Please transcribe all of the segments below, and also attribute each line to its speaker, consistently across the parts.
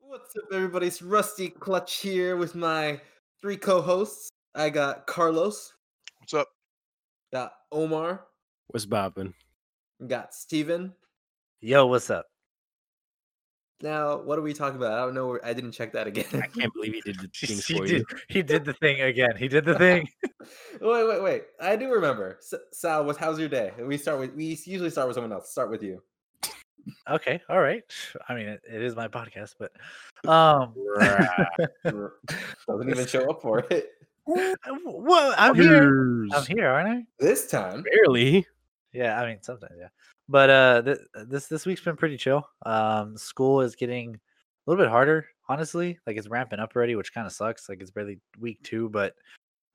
Speaker 1: What's up, everybody? It's Rusty Clutch here with my three co-hosts. I got Carlos,
Speaker 2: What's up?
Speaker 1: got Omar,
Speaker 3: What's bopping?
Speaker 1: and got Steven.
Speaker 4: Yo, what's up?
Speaker 1: Now, what are we talking about? I don't know. I didn't check that again.
Speaker 3: I can't believe he did the
Speaker 4: He,
Speaker 3: things
Speaker 4: he
Speaker 3: for
Speaker 4: did,
Speaker 3: you.
Speaker 4: he did the thing again. He did the thing.
Speaker 1: wait, wait, wait. I do remember. S- Sal, what, how's your day? And we start with. We usually start with someone else. Start with you.
Speaker 4: Okay, all right. I mean, it, it is my podcast, but um,
Speaker 1: R- Doesn't even show up for it
Speaker 4: uh, well, I'm here. I'm
Speaker 3: Years.
Speaker 4: here, aren't I?
Speaker 1: this time.
Speaker 3: Barely.
Speaker 4: Yeah, I mean, sometimes, yeah. But uh, th- this this week's been pretty chill. Um, school is getting a little bit harder, honestly. Like it's ramping up already, which kind of sucks. Like it's barely week two, but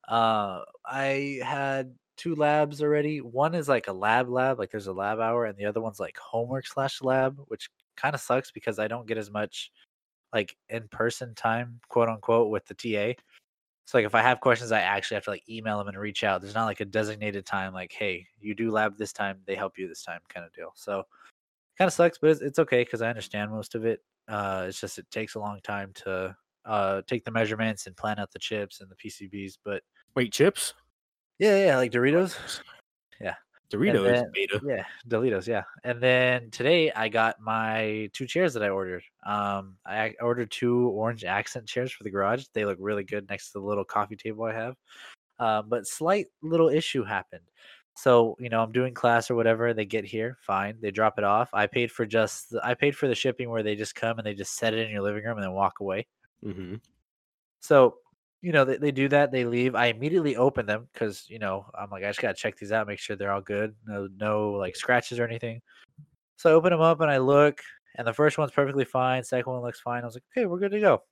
Speaker 4: uh, I had two labs already. One is like a lab lab, like there's a lab hour, and the other one's like homework slash lab, which kind of sucks because I don't get as much like in person time, quote unquote, with the TA. So like if I have questions, I actually have to like email them and reach out. There's not like a designated time, like hey, you do lab this time, they help you this time, kind of deal. So kind of sucks, but it's, it's okay because I understand most of it. Uh, it's just it takes a long time to uh take the measurements and plan out the chips and the PCBs. But
Speaker 3: Wait, chips?
Speaker 4: yeah, yeah, like Doritos.
Speaker 3: Doritos
Speaker 4: then-
Speaker 3: beta.
Speaker 4: Yeah, Delitos. Yeah, and then today I got my two chairs that I ordered. Um, I ac- ordered two orange accent chairs for the garage. They look really good next to the little coffee table I have. Uh, but slight little issue happened. So you know, I'm doing class or whatever. They get here, fine. They drop it off. I paid for just the, I paid for the shipping where they just come and they just set it in your living room and then walk away.
Speaker 3: Mm-hmm.
Speaker 4: So, you know, they, they do that, they leave. I immediately open them because, you know, I'm like, I just gotta check these out, make sure they're all good. No, no like scratches or anything. So I open them up and I look, and the first one's perfectly fine. Second one looks fine. I was like, okay, we're good to go.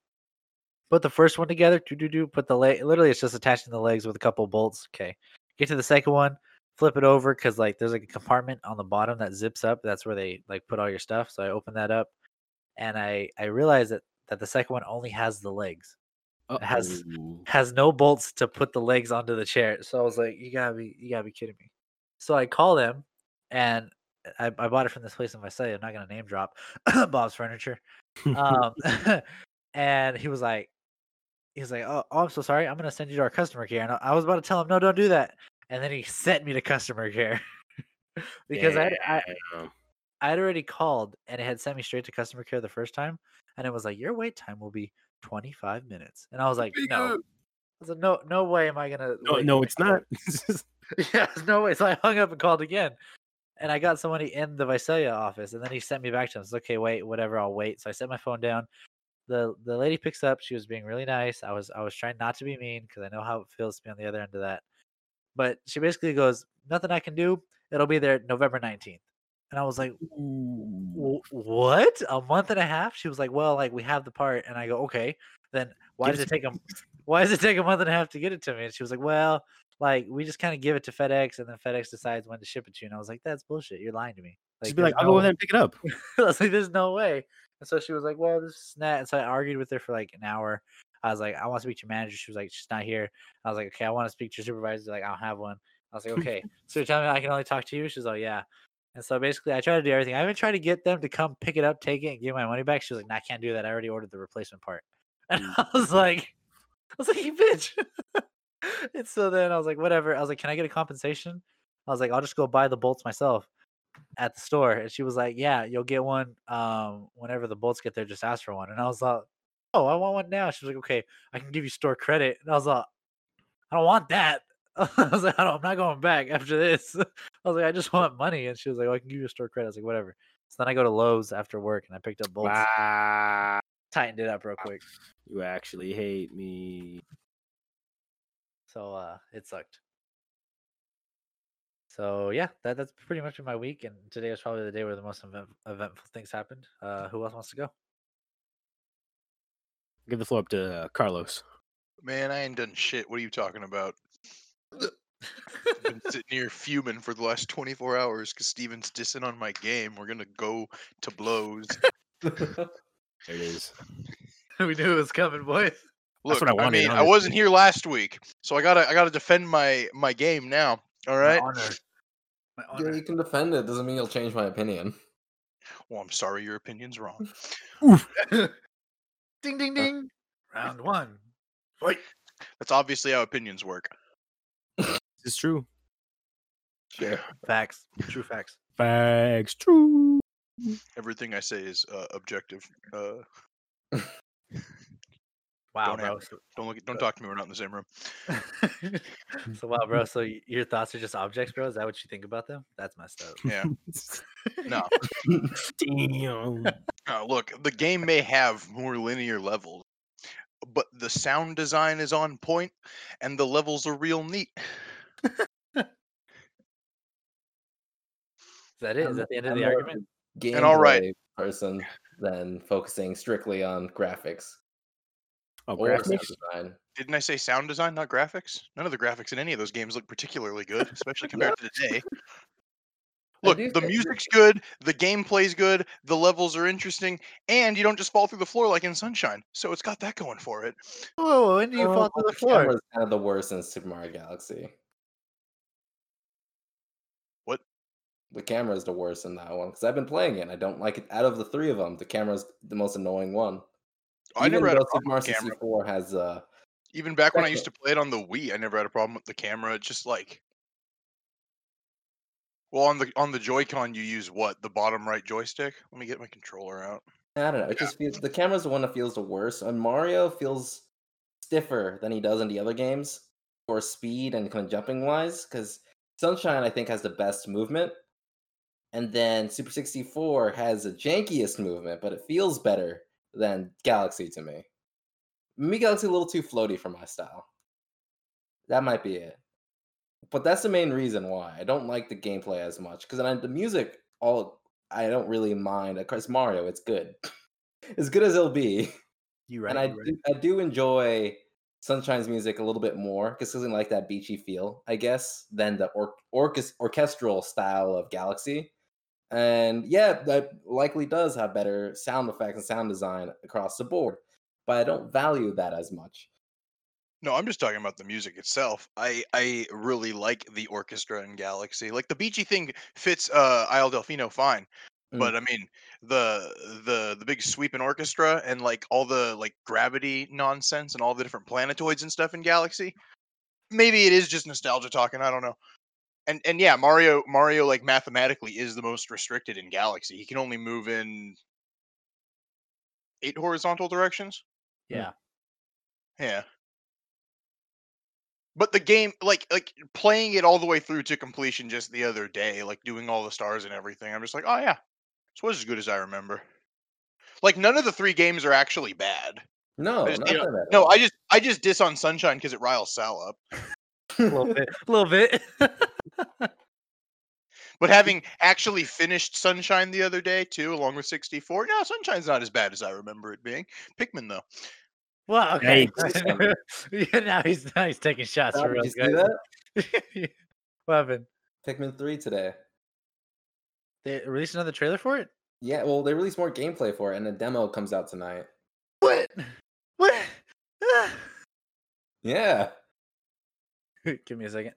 Speaker 4: Put the first one together, do do do, put the leg literally it's just attaching the legs with a couple bolts. Okay. Get to the second one, flip it over because like there's like a compartment on the bottom that zips up. That's where they like put all your stuff. So I open that up and I I realized that that the second one only has the legs has- has no bolts to put the legs onto the chair. So I was like, you gotta be, you gotta be kidding me. So I call them, and I, I bought it from this place in Visalia. I'm not gonna name drop Bob's Furniture. Um, and he was like, he was like, oh, oh, I'm so sorry. I'm gonna send you to our customer care. And I, I was about to tell him, no, don't do that. And then he sent me to customer care because I, had, I I had already called and it had sent me straight to customer care the first time, and it was like, your wait time will be 25 minutes, and I was like, no. I was like, no, no way am I gonna.
Speaker 3: No,
Speaker 4: wait
Speaker 3: no,
Speaker 4: for
Speaker 3: it's not.
Speaker 4: this." yeah, there's no way. So I hung up and called again, and I got somebody in the Visalia office, and then he sent me back to him. I said, okay, wait, whatever, I'll wait. So I set my phone down. the The lady picks up. She was being really nice. I was I was trying not to be mean because I know how it feels to be on the other end of that. But she basically goes, nothing I can do. It'll be there November nineteenth. And I was like, "Wh- what? A month and a half? She was like, well, like we have the part. And I go, okay. Then why
Speaker 3: Give
Speaker 4: does
Speaker 3: it
Speaker 4: it take a why does it take a month and a half to get it to me? And she was like, well, like we just kind of give it to FedEx and then FedEx decides when to ship it to you. And I was like, that's bullshit. You're lying to me.
Speaker 3: Just be
Speaker 4: there's
Speaker 3: like, I'll go
Speaker 4: no-
Speaker 3: over there and pick it up.
Speaker 4: I was like, there's no way. And so she was like, well, this is that. And so I argued with her for like an hour. I was like, I want to speak to your manager. She was like, she's not here. I was like, okay, I want to speak to your supervisor. Like, I don't have one. I was like, okay. so you're telling me I can only talk to you? She's like, yeah. And so basically, I tried to do everything. I even tried to get them to come pick it up, take it, and give my money back. She was like, nah, I can't do that. I already ordered the replacement part. And I was like, I was like, you bitch. and so then I was like, whatever. I was like, can I get a compensation? I was like, I'll just go buy the bolts myself at the store and she was like yeah you'll get one um whenever the bolts get there just ask for one and i was like oh i want one now she was like okay i can give you store credit and i was like i don't want that i was like I don't, i'm not going back after this i was like i just want money and she was like oh, i can give you store credit i was like whatever so then i go to lowes after work and i picked up bolts
Speaker 3: Wow.
Speaker 4: tightened it up real quick
Speaker 3: You actually hate me.
Speaker 4: so uh it sucked so yeah that, that's pretty much been my week and today was probably the day where the most event- eventful things happened uh who else wants to go
Speaker 3: Give the floor up to uh, Carlos.
Speaker 2: Man, I ain't done shit. What are you talking about? I've been sitting here fuming for the last 24 hours because Steven's dissing on my game. We're going to go to blows.
Speaker 3: There it is.
Speaker 4: we knew it was coming, boys.
Speaker 2: Look,
Speaker 3: That's what I
Speaker 2: I,
Speaker 3: wanted,
Speaker 2: mean, I
Speaker 3: honestly.
Speaker 2: wasn't here last week, so I gotta, I gotta defend my, my game now. All right.
Speaker 4: My honor.
Speaker 1: Yeah,
Speaker 4: My honor.
Speaker 1: you can defend it. Doesn't mean you'll change my opinion.
Speaker 2: Well, I'm sorry, your opinion's wrong.
Speaker 4: Ding ding ding. Uh, Round one. Wait.
Speaker 2: That's obviously how opinions work.
Speaker 3: It's true.
Speaker 1: Sure.
Speaker 4: Facts. True facts.
Speaker 3: Facts. True.
Speaker 2: Everything I say is uh, objective. Uh,
Speaker 4: Wow,
Speaker 2: Don't
Speaker 4: bro.
Speaker 2: have don't look. Don't talk to me. We're not in the same room.
Speaker 4: So, so wow, bro. So y- your thoughts are just objects, bro? Is that what you think about them? That's messed up.
Speaker 2: Yeah. No.
Speaker 3: Damn. Oh,
Speaker 2: Uh, look, the game may have more linear levels, but the sound design is on point, and the levels are real neat.
Speaker 4: Is that it?
Speaker 1: I'm-
Speaker 4: Is that the end of
Speaker 1: I'm
Speaker 4: the
Speaker 1: more
Speaker 4: argument?
Speaker 1: a
Speaker 2: And all right.
Speaker 1: gameplay person than focusing strictly on graphics
Speaker 3: Oh,
Speaker 1: or sound
Speaker 3: graphics.
Speaker 1: design.
Speaker 2: Didn't I say sound design, not graphics? None of the graphics in any of those games look particularly good, especially compared to today.
Speaker 1: I
Speaker 2: Look,
Speaker 1: do
Speaker 2: the
Speaker 1: think-
Speaker 2: music's good, the gameplay's good, the levels are interesting, and you don't just fall through the floor like in Sunshine. So it's got that going for it.
Speaker 4: Whoa, when do you fall
Speaker 1: Oh,
Speaker 4: through the floor?
Speaker 1: camera's kind of the worst in Super Mario Galaxy.
Speaker 2: What?
Speaker 1: The camera's the worst in that one because I've been playing it. and I don't like it. Out of the three of them, the camera's the most annoying one.
Speaker 2: I never had a
Speaker 1: though Super
Speaker 2: problem
Speaker 1: Mario
Speaker 2: with the
Speaker 1: 64
Speaker 2: camera.
Speaker 1: has uh,
Speaker 2: Even back when I
Speaker 1: That's
Speaker 2: used to play it on the Wii, I never had a problem with the camera. It's just like, well, on the on the Joy-Con, you use what the bottom right joystick. Let me get my controller out.
Speaker 1: I don't know. It just feels the camera's the one that feels the worst. And Mario feels stiffer than he does in the other games for speed and kind of jumping wise. Because Sunshine, I think, has the best movement, and then Super 64 has the jankiest movement, but it feels better than Galaxy to me. Me Galaxy a little too floaty for my style. That might be it. But that's the main reason why I don't like the gameplay as much. Because then I- the music, all I don't really mind. Of course, Mario, it's good, as good as it'll be.
Speaker 4: You right.
Speaker 1: and I
Speaker 4: you right.
Speaker 1: do, I do enjoy Sunshine's music a little bit more because something like that beachy feel, I guess, than the or- orchest- orchestral style of Galaxy. And yeah, that likely does have better sound effects and sound design across the board, but I don't value that as much.
Speaker 2: No, I'm just talking about the music itself. I I really like the orchestra in Galaxy. Like the beachy thing fits uh Isle Delfino fine. But I mean the the the big sweeping orchestra and like all the like gravity nonsense and all the different planetoids and stuff in Galaxy. Maybe it is just nostalgia talking, I don't know. And and yeah, Mario Mario like mathematically is the most restricted in Galaxy. He can only move in eight horizontal directions.
Speaker 4: Yeah.
Speaker 2: Yeah. But the game, like like playing it all the way through to completion just the other day, like doing all the stars and everything, I'm just like, oh yeah, this was as good as I remember. Like none of the three games are actually bad.
Speaker 1: No,
Speaker 2: just-
Speaker 1: not
Speaker 2: you know,
Speaker 1: that at
Speaker 2: No,
Speaker 1: all.
Speaker 2: I just I just diss on Sunshine because it riles Sal up.
Speaker 4: A little bit. A little bit.
Speaker 2: But having actually finished Sunshine the other day too, along with 64, no, Sunshine's not as bad as I remember it being. Pikmin though,
Speaker 4: well, okay.
Speaker 1: Yikes.
Speaker 4: yeah, now he's now he's taking shots
Speaker 1: Wow,
Speaker 4: for
Speaker 1: did
Speaker 4: us.
Speaker 1: you see that?
Speaker 4: guys. what happened?
Speaker 1: Pikmin 3 today.
Speaker 4: They released another trailer for it?
Speaker 1: Yeah, well, they released more gameplay for it, and a demo comes out tonight.
Speaker 4: What? What?
Speaker 1: Yeah.
Speaker 4: Give me a second.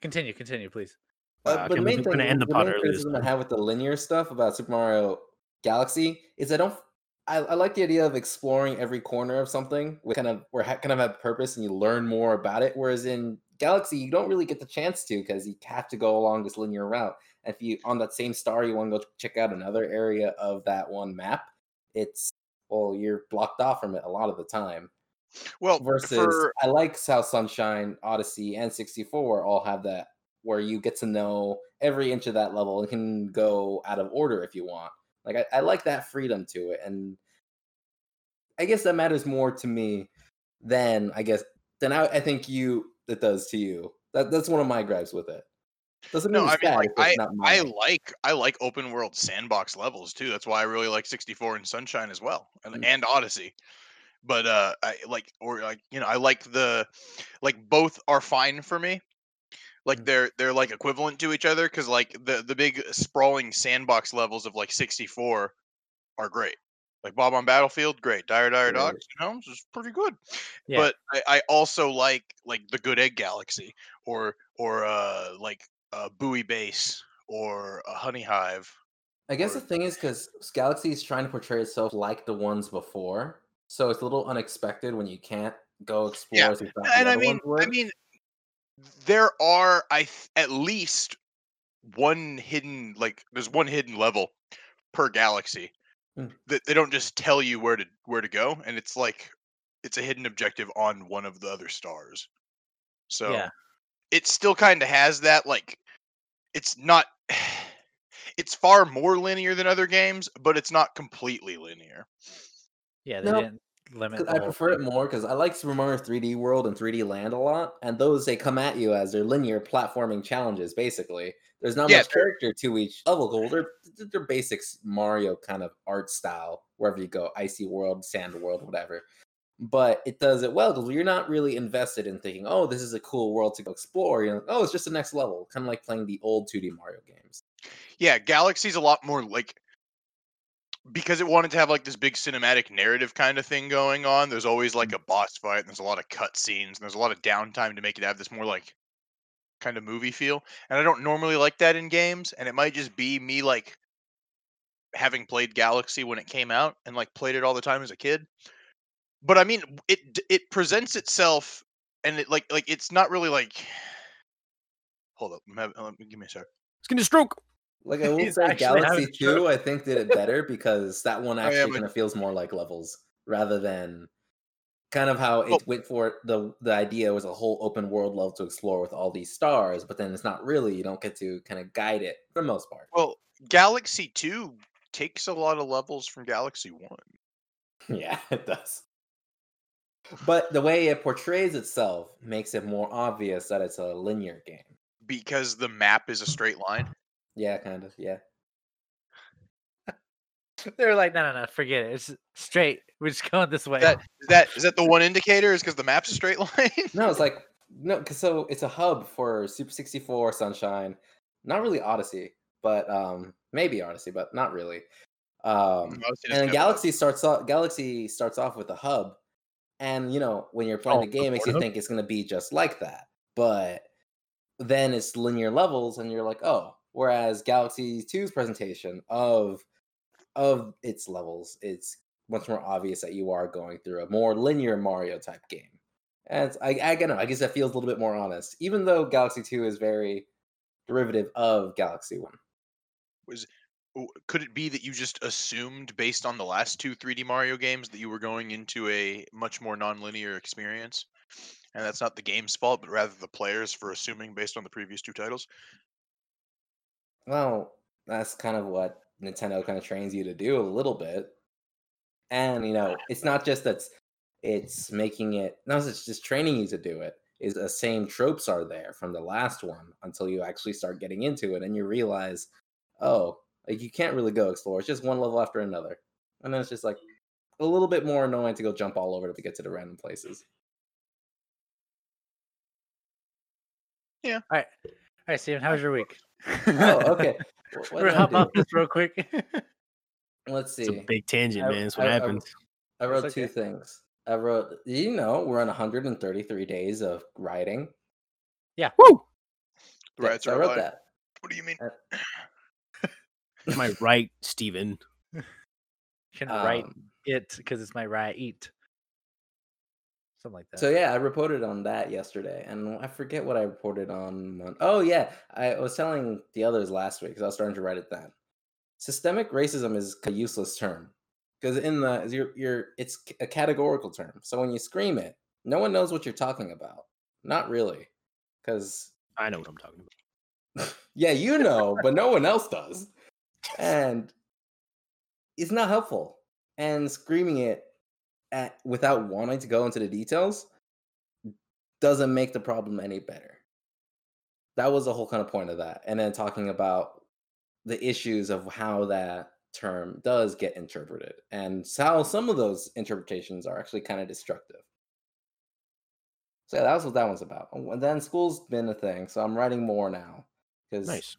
Speaker 4: Continue, continue, please.
Speaker 1: Uh,
Speaker 3: Wow,
Speaker 1: but the
Speaker 3: okay, we're
Speaker 1: main
Speaker 3: gonna
Speaker 1: thing,
Speaker 3: end
Speaker 1: the
Speaker 3: the pod
Speaker 1: main
Speaker 3: early this
Speaker 1: criticism I
Speaker 3: time.
Speaker 1: have with the linear stuff about Super Mario Galaxy is I don't, f- I, I like the idea of exploring every corner of something with kind of where ha- kind of have purpose and you learn more about it. Whereas in Galaxy, you don't really get the chance to because you have to go along this linear route. And if you on that same star, you want to go check out another area of that one map, it's well, you're blocked off from it a lot of the time.
Speaker 2: well,
Speaker 1: Versus,
Speaker 2: for-
Speaker 1: I like South Sunshine, Odyssey, and 64 all have that where you get to know every inch of that level and can go out of order if you want. Like I, I like that freedom to it, and I guess that matters more to me than I guess than I, I think you it does to you. That that's one of my gripes with it. Doesn't mean
Speaker 2: No,
Speaker 1: it's
Speaker 2: I mean,
Speaker 1: bad
Speaker 2: like,
Speaker 1: if it's not
Speaker 2: I
Speaker 1: mine.
Speaker 2: like I like open world sandbox levels too. That's why I really like 64 and Sunshine as well, and,
Speaker 1: Mm.
Speaker 2: and Odyssey. But uh, I like or like you know I like the like both are fine for me. Like they're they're like equivalent to each other because like the the big sprawling sandbox levels of like 64 are great. Like Bob on Battlefield, great. Dire Dire
Speaker 1: Right.
Speaker 2: Dogs, you know, is pretty good.
Speaker 4: Yeah.
Speaker 2: But I, I also like like the Good Egg Galaxy or or uh like uh Bowie Base or a Honey Hive.
Speaker 1: I guess the
Speaker 2: or-
Speaker 1: thing is because Galaxy is trying to portray itself like the ones before, so it's a little unexpected when you can't go explore.
Speaker 2: Yeah,
Speaker 1: as you thought the
Speaker 2: and I
Speaker 1: other
Speaker 2: mean,
Speaker 1: ones were.
Speaker 2: I mean, there are I th- at least one hidden like there's one hidden level per galaxy
Speaker 1: Mm.
Speaker 2: that they don't just tell you where to where to go, and it's like it's a hidden objective on one of the other stars. So
Speaker 4: Yeah.
Speaker 2: it still kind of has that like it's not. It's far more linear than other games, but it's not completely linear.
Speaker 4: Yeah, they
Speaker 1: No,
Speaker 4: didn't limit.
Speaker 1: 'Cause
Speaker 4: the
Speaker 1: I
Speaker 4: whole
Speaker 1: prefer it
Speaker 4: thing.
Speaker 1: more because I like Super Mario 3D World and 3D Land a lot, and those they come at you as they're linear platforming challenges. Basically, there's not
Speaker 2: Yeah,
Speaker 1: much character to each level. goal. They're they're basic s- Mario kind of art style wherever you go, icy world, sand world, whatever. But it does it well because you're not really invested in thinking, oh, this is a cool world to go explore. You know, oh, it's just the next level, kind of like playing the old 2D Mario games.
Speaker 2: Yeah, Galaxy's a lot more like because it wanted to have like this big cinematic narrative kind of thing going on. There's always like a boss fight, and there's a lot of cutscenes, and there's a lot of downtime to make it have this more like kind of movie feel. And I don't normally like that in games, and it might just be me like having played Galaxy when it came out and like played it all the time as a kid. But I mean, it d- it presents itself, and it like like it's not really like. Hold up, I'm having- uh, give me a sec.
Speaker 3: It's gonna stroke.
Speaker 1: Like I will
Speaker 4: He's
Speaker 1: say,
Speaker 4: actually
Speaker 1: Galaxy
Speaker 4: having trouble.
Speaker 1: Two, I think did it better because that one
Speaker 2: Oh, yeah,
Speaker 1: actually
Speaker 2: but-
Speaker 1: kind of feels more like levels rather than kind of
Speaker 4: Oh.
Speaker 1: how it
Speaker 2: Well-
Speaker 1: went for it. the the idea was a whole open world level to explore with all these stars, but then it's not really. You don't get to kind of guide it for the most part.
Speaker 2: Well, Galaxy 2 takes a lot of levels from Galaxy 1.
Speaker 1: Yeah, it does. But the way it portrays itself makes it more obvious that it's a linear game.
Speaker 2: Because the map is a straight line.
Speaker 1: Yeah, kind of. Yeah.
Speaker 4: They're like, no, no, no, forget it. It's straight. We're just going this way.
Speaker 2: That is that is that the one indicator is because the map's a straight line?
Speaker 1: No, it's like no, 'cause so it's a hub for Super 64, Sunshine, not really Odyssey, but um maybe Odyssey, but not really. Um
Speaker 2: Obviously,
Speaker 1: and
Speaker 2: it doesn't
Speaker 1: then
Speaker 2: have
Speaker 1: Galaxy starts off Galaxy starts off with a hub. And you know, when you're playing
Speaker 3: Oh,
Speaker 1: the game, it makes you
Speaker 3: Pornhub?
Speaker 1: think it's gonna be just like that. But then it's linear levels and you're like, oh, whereas Galaxy 2's presentation of of its levels, it's much more obvious that you are going through a more linear Mario type game. And it's, I, I don't know. I guess that feels a little bit more honest, even though Galaxy Two is very derivative of Galaxy One.
Speaker 2: w- Could it be that you just assumed based on the last two 3D Mario games that you were going into a much more nonlinear experience? And that's not the game's fault, but rather the players for assuming based on the previous two titles.
Speaker 1: Well, that's kind of what Nintendo kind of trains you to do a little bit. And you know, it's not just that's it's making it not it's just training you to do it. Is the same tropes are there from the last one until you actually start getting into it and you realize, oh, like you can't really go explore. It's just one level after another. And then it's just like a little bit more annoying to go jump all over to get to the random places.
Speaker 4: All right, Steven, how was your week?
Speaker 1: Oh, okay. Wh- what
Speaker 4: We're
Speaker 1: did I
Speaker 4: hop
Speaker 1: do?
Speaker 4: off this real quick.
Speaker 1: Let's see.
Speaker 3: It's a big tangent,
Speaker 1: I-
Speaker 3: man. That's what
Speaker 1: I- I-
Speaker 3: happens.
Speaker 1: I
Speaker 4: It's
Speaker 1: wrote two
Speaker 4: okay.
Speaker 1: things. I wrote, you know, we're on 133 days of writing.
Speaker 3: Woo!
Speaker 2: The
Speaker 1: Yeah,
Speaker 2: riots
Speaker 1: so
Speaker 2: are
Speaker 1: I wrote
Speaker 2: alive.
Speaker 1: that.
Speaker 2: What do you mean?
Speaker 3: Am I right, Steven?
Speaker 4: Can write
Speaker 1: Um,
Speaker 4: it because it's my right eat. Something like that.
Speaker 1: So yeah, I reported on that yesterday, and I forget what I reported on. Mon- Oh yeah, I was telling the others last week because I was starting to write it then. Systemic racism is a useless term because in the you're, you're it's c- a categorical term. So when you scream it, no one knows what you're talking about. Not really, because
Speaker 3: I know what I'm talking about.
Speaker 1: Yeah, you know, but no one else does. And it's not helpful. And screaming it at, without wanting to go into the details doesn't make the problem any better. That was the whole kind of point of that. And then talking about the issues of how that term does get interpreted and how some of those interpretations are actually kind of destructive. So yeah, that was what that one's about. And then school's been a thing, so I'm writing more now because
Speaker 3: Nice.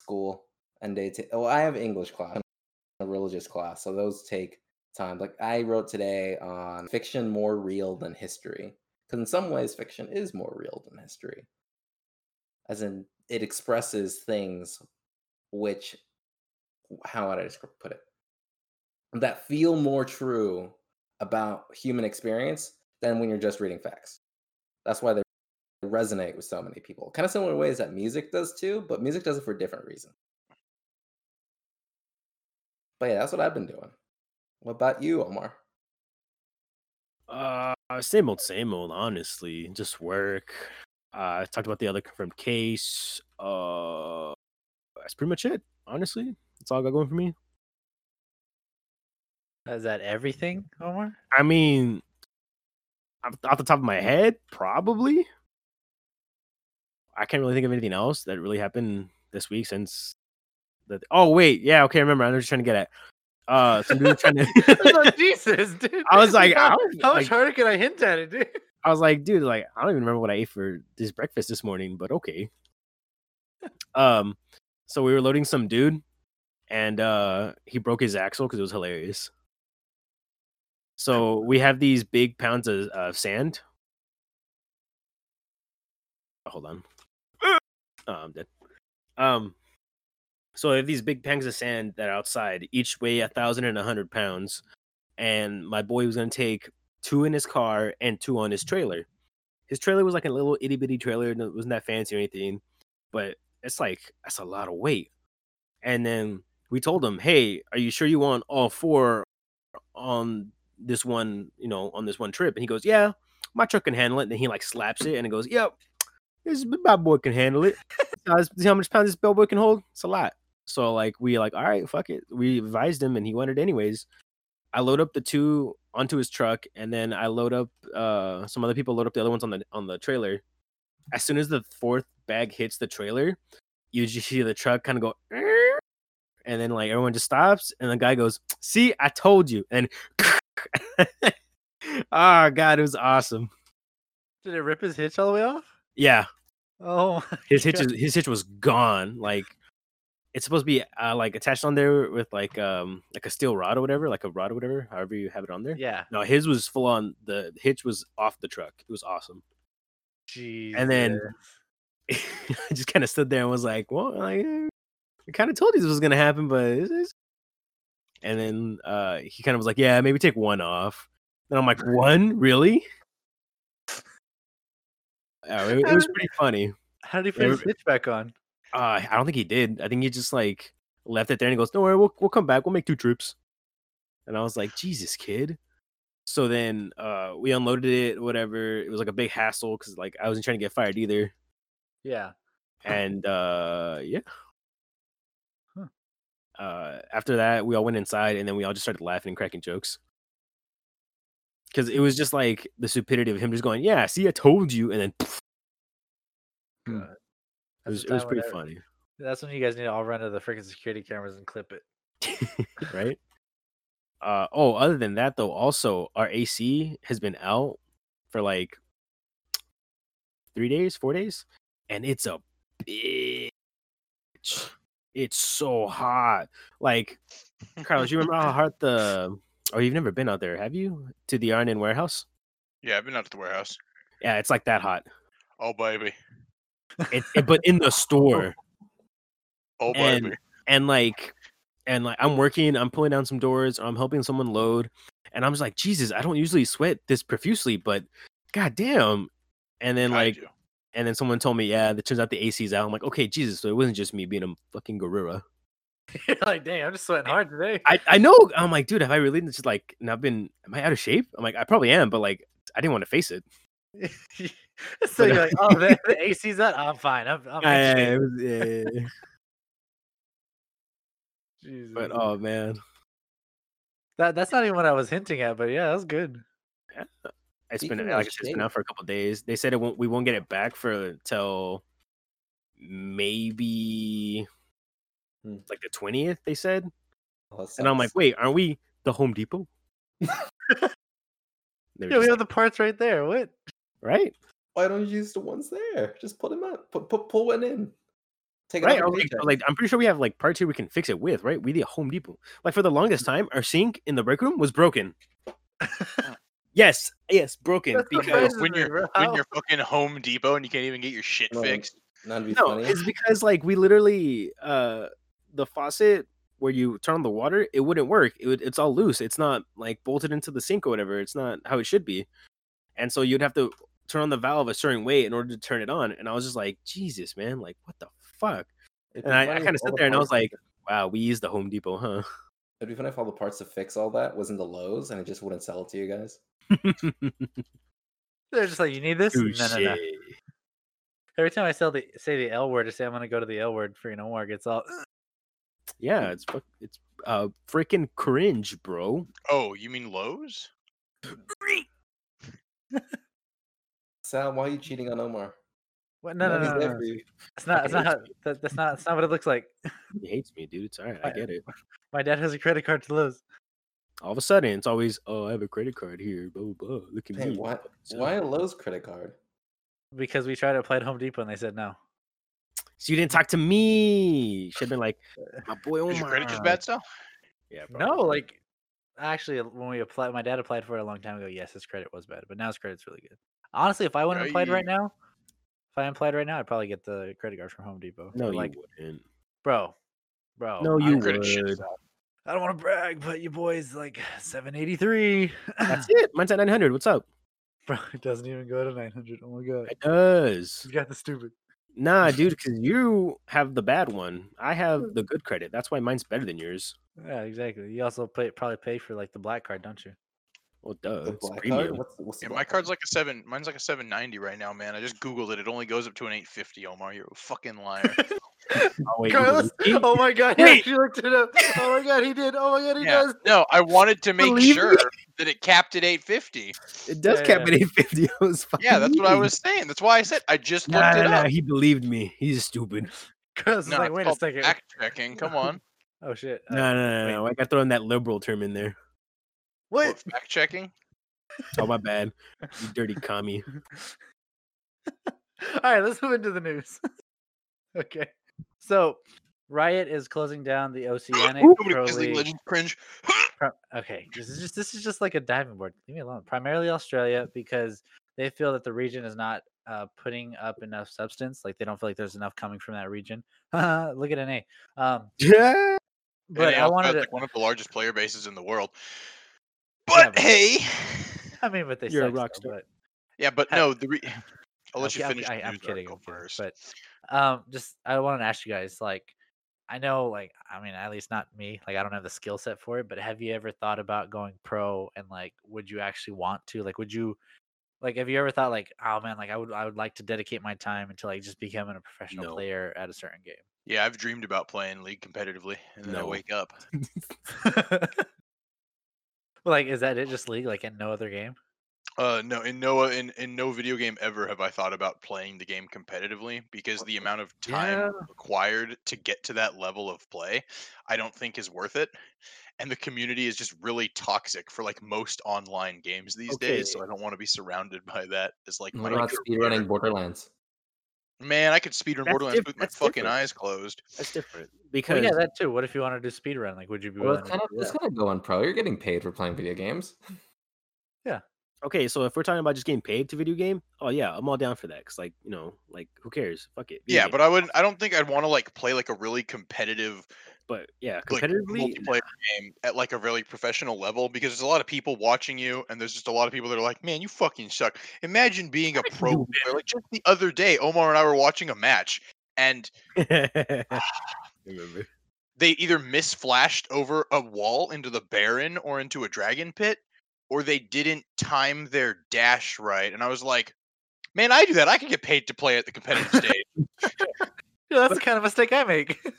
Speaker 1: school and they take well i have english class a religious class so those take time like i wrote today on fiction more real than history because in some ways fiction is more real than history as in it expresses things which how would i just put it that feel more true about human experience than when you're just reading facts. That's why they resonate with so many people. Kind of similar ways that music does too, but music does it for different reasons. But yeah, that's what I've been doing. What about you, Omar?
Speaker 3: Uh, same old, same old. Honestly, just work. Uh, I talked about the other confirmed case. Uh, that's pretty much it. Honestly, that's all I got going for me.
Speaker 4: Is that everything, Omar?
Speaker 3: I mean, off off the top of my head, probably. I can't really think of anything else that really happened this week since. The, oh wait, yeah, okay, I remember. I know what you're trying to get at. Uh, some dude was trying to.
Speaker 4: Jesus, dude.
Speaker 3: I was like, I don't-
Speaker 4: how
Speaker 3: like-
Speaker 4: much harder can I hint at it, dude?
Speaker 3: I was like, dude, like I don't even remember what I ate for this breakfast this morning, but okay. um, so we were loading some dude, and uh, he broke his axle because it was hilarious. So we have these big pounds of, of sand. Oh, hold on. Oh, I'm dead. Um, so we have these big pangs of sand that are outside, each weigh a thousand and a hundred pounds, and my boy was gonna take two in his car and two on his trailer. His trailer was like a little itty bitty trailer, and it wasn't that fancy or anything, but it's like that's a lot of weight. And then we told him, "Hey, are you sure you want all four on this one? You know, on this one trip?" And he goes, "Yeah, my truck can handle it." And then he like slaps it, and it goes, "Yep, this bad boy can handle it. See how- See how much pounds this bell boy can hold? It's a lot." So like we like, all right, fuck it. We advised him, and he wanted it anyways. I load up the two onto his truck, and then I load up uh, some other people load up the other ones on the on the trailer. As soon as the fourth bag hits the trailer, you just see the truck kind of go, "Er," and then like everyone just stops, and the guy goes, "See, I told you!" And ah, god, it was awesome.
Speaker 4: Did it rip his hitch all the way off?
Speaker 3: Yeah,
Speaker 4: Oh, my
Speaker 3: his hitch
Speaker 4: God.
Speaker 3: is, his hitch was gone. Like it's supposed to be uh, like attached on there with like um like a steel rod or whatever, like a rod or whatever, however you have it on there.
Speaker 4: yeah.
Speaker 3: No, his was full on. The hitch was off the truck. It was awesome.
Speaker 4: Jeez.
Speaker 3: And then I just kind of stood there and was like, "Well, like, eh, I kind of told you this was gonna happen, but." It's, it's-" And then uh, he kind of was like, "Yeah, maybe take one off." And I'm like, "One, really?" Uh, it, it was pretty funny.
Speaker 4: how did he put his hitch back on?
Speaker 3: Uh, I don't think he did. I think he just like left it there and he goes, "Don't worry, we'll we'll come back. We'll make two trips." And I was like, "Jesus, kid." So then uh, we unloaded it, whatever. It was like a big hassle because like I wasn't trying to get fired either.
Speaker 4: Yeah.
Speaker 3: And uh, yeah.
Speaker 4: Huh.
Speaker 3: Uh, after that, we all went inside and then we all just started laughing and cracking jokes. Because it was just like the stupidity of him just going, "Yeah, see, I told you," and then
Speaker 1: Hmm.
Speaker 4: God.
Speaker 3: Mm. it
Speaker 4: That's
Speaker 3: was,
Speaker 4: the
Speaker 3: it was
Speaker 4: time
Speaker 3: pretty
Speaker 4: when I-
Speaker 3: funny,
Speaker 4: That's when you guys need to all run to the freaking security cameras and clip it.
Speaker 3: right? Uh, oh, other than that though, also our AC has been out for like three days, four days, and it's a bitch. It's so hot, like Carlos, you remember how hard the Oh, you've never been out there, have you? To the Iron and Warehouse?
Speaker 2: yeah, I've been out at the warehouse.
Speaker 3: Yeah, it's like that hot.
Speaker 2: Oh baby,
Speaker 3: It, it- but in the store
Speaker 2: oh
Speaker 3: And-
Speaker 2: baby.
Speaker 3: and like and like I'm working, I'm pulling down some doors, I'm helping someone load, and I'm just like, Jesus, I don't usually sweat this profusely, but god damn. And then
Speaker 2: I
Speaker 3: like
Speaker 2: do.
Speaker 3: and then someone told me, yeah, it turns out the AC's out. I'm like, okay, Jesus, so it wasn't just me being a fucking gorilla.
Speaker 4: You're like, dang, I'm just sweating hard today.
Speaker 3: I, I know I'm like, dude, have I really just like not been am I out of shape? I'm like, I probably am, but like I didn't want to face it.
Speaker 4: so you're like, oh, the, the AC's out. I'm fine. I'm, I'm in
Speaker 3: Yeah, yeah,
Speaker 4: shape."
Speaker 3: yeah, it was- yeah, yeah, yeah.
Speaker 4: Jesus.
Speaker 3: But oh man,
Speaker 4: that, that's not even what I was hinting at, but yeah, that was good.
Speaker 3: it's been
Speaker 1: Speaking
Speaker 3: like
Speaker 1: of
Speaker 3: I said, it's been out for a couple days. They said it won't. We won't get it back for till maybe
Speaker 1: Hmm.
Speaker 3: like the twentieth. They said,
Speaker 1: Oh, that
Speaker 3: and I'm like,
Speaker 1: sucks.
Speaker 3: wait, aren't we the Home Depot? They were
Speaker 4: Yeah, we
Speaker 3: just
Speaker 4: have the parts right there. What?
Speaker 3: like, right,
Speaker 1: why don't you use the ones there? Just put them up. Put, put pull one in. Take it
Speaker 3: right.
Speaker 1: off
Speaker 3: Or
Speaker 1: your
Speaker 3: like,
Speaker 1: paycheck.
Speaker 3: like, I'm pretty sure we have like parts here we can fix it with. Right, we the Home Depot. Like for the longest
Speaker 1: Mm-hmm.
Speaker 3: time, our sink in the break room was broken. yes, yes, broken
Speaker 4: That's what
Speaker 3: because
Speaker 4: friends
Speaker 2: when
Speaker 4: is,
Speaker 2: you're-
Speaker 4: bro.
Speaker 2: When
Speaker 3: Oh.
Speaker 2: you're fucking Home Depot and you can't even get your shit
Speaker 1: Well,
Speaker 2: fixed.
Speaker 1: Not to be
Speaker 3: no,
Speaker 1: funny.
Speaker 3: it's because like we literally uh the faucet where you turn on the water, it wouldn't work. It would, it's all loose. It's not like bolted into the sink or whatever. It's not how it should be. And so you'd have to turn on the valve a certain way in order to turn it on. And I was just like, Jesus, man, like what the fuck?
Speaker 1: It'd be
Speaker 3: And I, I
Speaker 1: funny if
Speaker 3: kind of
Speaker 1: all
Speaker 3: sat
Speaker 1: the
Speaker 3: there and I was
Speaker 1: parts-
Speaker 3: like, wow, we use the Home Depot, huh?
Speaker 1: it'd be funny if all the parts to fix all that was in the Lowe's and it just wouldn't sell it to you guys.
Speaker 4: They're just like, you need this? No, no, no.
Speaker 3: Touche.
Speaker 4: Every time I sell the, say the L word, I say I'm going to go to the L word for you. No more gets all,
Speaker 3: Yeah, it's fuck- it's uh freaking cringe, bro.
Speaker 2: Oh, you mean Lowe's?
Speaker 1: Sal, why are you cheating on Omar?
Speaker 4: what? no, no,
Speaker 1: Nobody's
Speaker 4: no, no,
Speaker 1: there
Speaker 4: no.
Speaker 1: for you.
Speaker 4: It's not, it's not,
Speaker 3: Fucking
Speaker 4: how, that, that's not, it's not what it looks like.
Speaker 3: He hates me, dude. It's all right. I
Speaker 4: I-
Speaker 3: get it.
Speaker 4: My dad has a credit card to Lowe's.
Speaker 3: All of a sudden, it's always, oh, I have a credit card here. Blah blah. blah. Look at
Speaker 1: Hey,
Speaker 3: me.
Speaker 1: why,
Speaker 3: So-
Speaker 1: why a Lowe's credit card?
Speaker 4: because we tried to apply at Home Depot and they said no.
Speaker 3: So you didn't talk to me. Should have been like, Oh my boy Omar.
Speaker 2: Is your credit just bad still?
Speaker 3: Yeah,
Speaker 4: No,
Speaker 2: Oh.
Speaker 3: probably.
Speaker 4: like actually, uh, when we applied, my dad applied for it a long time ago. Yes, his credit was bad, but now his credit's really good. Honestly, if I went and applied right
Speaker 2: Right.
Speaker 4: now, if I applied right now, I'd probably get the credit card from Home Depot.
Speaker 3: no,
Speaker 4: But,
Speaker 3: you
Speaker 4: like,
Speaker 3: wouldn't.
Speaker 4: bro, bro.
Speaker 3: no,
Speaker 2: Your
Speaker 3: you
Speaker 2: credit shit
Speaker 3: would.
Speaker 2: sucks.
Speaker 4: I don't want to brag, but your boy's like 783.
Speaker 3: That's it. Mine's at nine hundred. What's up?
Speaker 4: bro, it doesn't even go to 900. Oh my god,
Speaker 3: It does.
Speaker 4: he's got the stupid.
Speaker 3: Nah, dude, because you have the bad one. I have
Speaker 2: Hmm.
Speaker 3: the good credit. That's why mine's better than yours.
Speaker 4: Yeah, exactly. You also pay probably pay for like the black card, don't you?
Speaker 3: Well, duh.
Speaker 1: The
Speaker 3: it's
Speaker 1: black card?
Speaker 3: premium.
Speaker 1: What's, what's the
Speaker 2: Yeah, my
Speaker 1: black
Speaker 2: card's
Speaker 1: card?
Speaker 2: like a seven. Mine's like a seven ninety right now, man. I just googled it. It only goes up to an eight fifty. Omar, you're a fucking liar.
Speaker 3: Oh, wait, you
Speaker 4: Carlos,
Speaker 3: believe me?
Speaker 4: oh my god, he
Speaker 3: Wait.
Speaker 4: actually looked it up. Oh my god, he did. Oh my god, he
Speaker 2: Yeah.
Speaker 4: does.
Speaker 2: no, I wanted to make
Speaker 3: Believe me?
Speaker 2: sure that it capped at eight fifty.
Speaker 3: It does
Speaker 4: Yeah,
Speaker 3: cap
Speaker 4: yeah.
Speaker 3: at eight fifty. I was fucking.
Speaker 2: Yeah, that's what I
Speaker 3: eating.
Speaker 2: was saying. That's why I said I just
Speaker 3: Nah,
Speaker 2: looked
Speaker 3: nah,
Speaker 2: it
Speaker 3: nah,
Speaker 2: up.
Speaker 3: He believed me. He's stupid.
Speaker 4: Carlos is
Speaker 2: No,
Speaker 4: like,
Speaker 2: it's
Speaker 4: wait a
Speaker 2: called
Speaker 4: second.
Speaker 2: Fact-checking. Come on.
Speaker 4: Oh shit. Uh,
Speaker 3: No, no, no,
Speaker 4: wait.
Speaker 3: no. I got throwing that liberal term in there.
Speaker 2: What,
Speaker 4: What?
Speaker 2: fact-checking?
Speaker 3: Oh my bad. You dirty commie.
Speaker 4: All right, let's move into the news. okay. So, Riot is closing down the Oceanic
Speaker 2: Nobody
Speaker 4: Pro
Speaker 2: plays League of
Speaker 4: League.
Speaker 2: Legends cringe.
Speaker 4: Pro- okay, this is just this is just like a diving board. Leave me alone. Primarily
Speaker 3: Mm-hmm.
Speaker 4: Australia because they feel that the region is not uh, putting up enough substance. Like they don't feel like there's enough coming from that region. Look at NA. Um,
Speaker 3: Yeah.
Speaker 4: but
Speaker 2: NA
Speaker 4: I
Speaker 2: also
Speaker 4: wanted
Speaker 2: has,
Speaker 4: to.
Speaker 2: like, one of the largest player bases in the world.
Speaker 4: Yeah,
Speaker 2: But
Speaker 4: but-
Speaker 2: hey,
Speaker 4: I mean, but they
Speaker 3: You're a
Speaker 4: suck still,
Speaker 3: rock star.
Speaker 4: but-
Speaker 2: yeah, but
Speaker 4: Ha-
Speaker 2: no. The re- I'll let
Speaker 4: Okay,
Speaker 2: you
Speaker 4: I'm-
Speaker 2: finish.
Speaker 4: I,
Speaker 2: the
Speaker 4: am
Speaker 2: news
Speaker 4: kidding. I'm
Speaker 2: article
Speaker 4: kidding.
Speaker 2: first.
Speaker 4: But um, just I wanted to ask you guys, like, I know, like, I mean, at least not me. Like, I don't have the skill set for it. But have you ever thought about going pro? And like, would you actually want to? Like, would you? Like, have you ever thought, like, oh man, like I would, I would like to dedicate my time into like just becoming a professional
Speaker 3: No.
Speaker 4: player at a certain
Speaker 2: Yeah, I've dreamed about playing League competitively, and then I
Speaker 3: No.
Speaker 2: wake up.
Speaker 4: game. like, is that it? Just league? Like, in no other game?
Speaker 2: Uh, no, in no in in no video game ever have I thought about playing the game competitively because the amount of time
Speaker 3: Yeah.
Speaker 2: required to get to that level of play, I don't think is worth it. And the community is just really toxic for like most online games these days, so I don't want to be surrounded by that. As like my
Speaker 1: What about
Speaker 2: career.
Speaker 1: speedrunning Borderlands?
Speaker 2: Man, I could speedrun
Speaker 3: That's
Speaker 2: Borderlands
Speaker 3: diff-
Speaker 2: with my
Speaker 3: that's
Speaker 2: fucking
Speaker 3: different.
Speaker 2: eyes closed.
Speaker 3: That's different.
Speaker 4: Well,
Speaker 3: Because
Speaker 4: yeah, that too. What if you want to do speed run? Like, would you be
Speaker 1: Well,
Speaker 4: willing?
Speaker 1: it's
Speaker 4: to
Speaker 1: kind of
Speaker 4: do
Speaker 1: it's
Speaker 4: that?
Speaker 1: kind of going pro. You're getting paid for playing video games.
Speaker 3: okay, so if we're talking about just getting paid to video game, oh yeah, I'm all down for that. Cause like you know, like who cares? Fuck it. video
Speaker 2: Yeah,
Speaker 3: game.
Speaker 2: but I wouldn't. I don't think I'd want to like play like a really competitive
Speaker 3: but yeah,
Speaker 2: like
Speaker 3: competitively,
Speaker 2: multiplayer game at like a really professional level because there's a lot of people watching you and there's just a lot of people that are like, man, you fucking suck. Imagine being a
Speaker 3: I can
Speaker 2: pro
Speaker 3: do
Speaker 2: player. Like just the other day, Omar and I were watching a match and
Speaker 3: remember?
Speaker 2: they either misflashed over a wall into the Baron or into a dragon pit, or they didn't time their dash right. And I was like, man, I do that. I could get paid to play at the competitive stage.
Speaker 4: Yeah, that's the kind of mistake I make.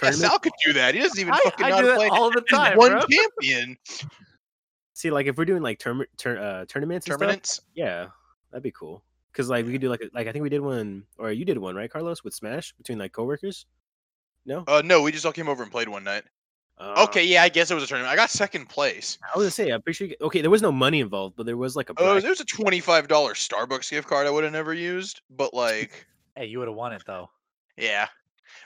Speaker 3: Like, don't get
Speaker 2: Yeah. yeah,
Speaker 3: me wrong, tournament.
Speaker 2: Sal could do that. He doesn't even
Speaker 4: I,
Speaker 2: fucking
Speaker 4: I
Speaker 2: know how
Speaker 4: do
Speaker 2: to
Speaker 4: that
Speaker 2: play.
Speaker 4: all the
Speaker 2: He's
Speaker 4: time,
Speaker 2: one
Speaker 4: bro.
Speaker 2: champion.
Speaker 3: See, like if we're doing like term, tur uh, tournaments, and stuff,
Speaker 2: Terminants.
Speaker 3: yeah, that'd be cool. Cause like we could do like a- like I think we did one or you did one right, Carlos, with Smash between like coworkers. No.
Speaker 2: Uh, no, we just all came over and played one night.
Speaker 3: Uh,
Speaker 2: Oh, Okay, yeah, I guess it was a tournament. I got second place.
Speaker 3: I was gonna say I'm pretty sure. Okay, there was no money involved, but there was like a.
Speaker 2: Oh,
Speaker 3: bracket.
Speaker 2: there's a twenty-five dollar Starbucks gift card I would have never used, but like,
Speaker 4: Hey, you would have won it though.
Speaker 2: yeah.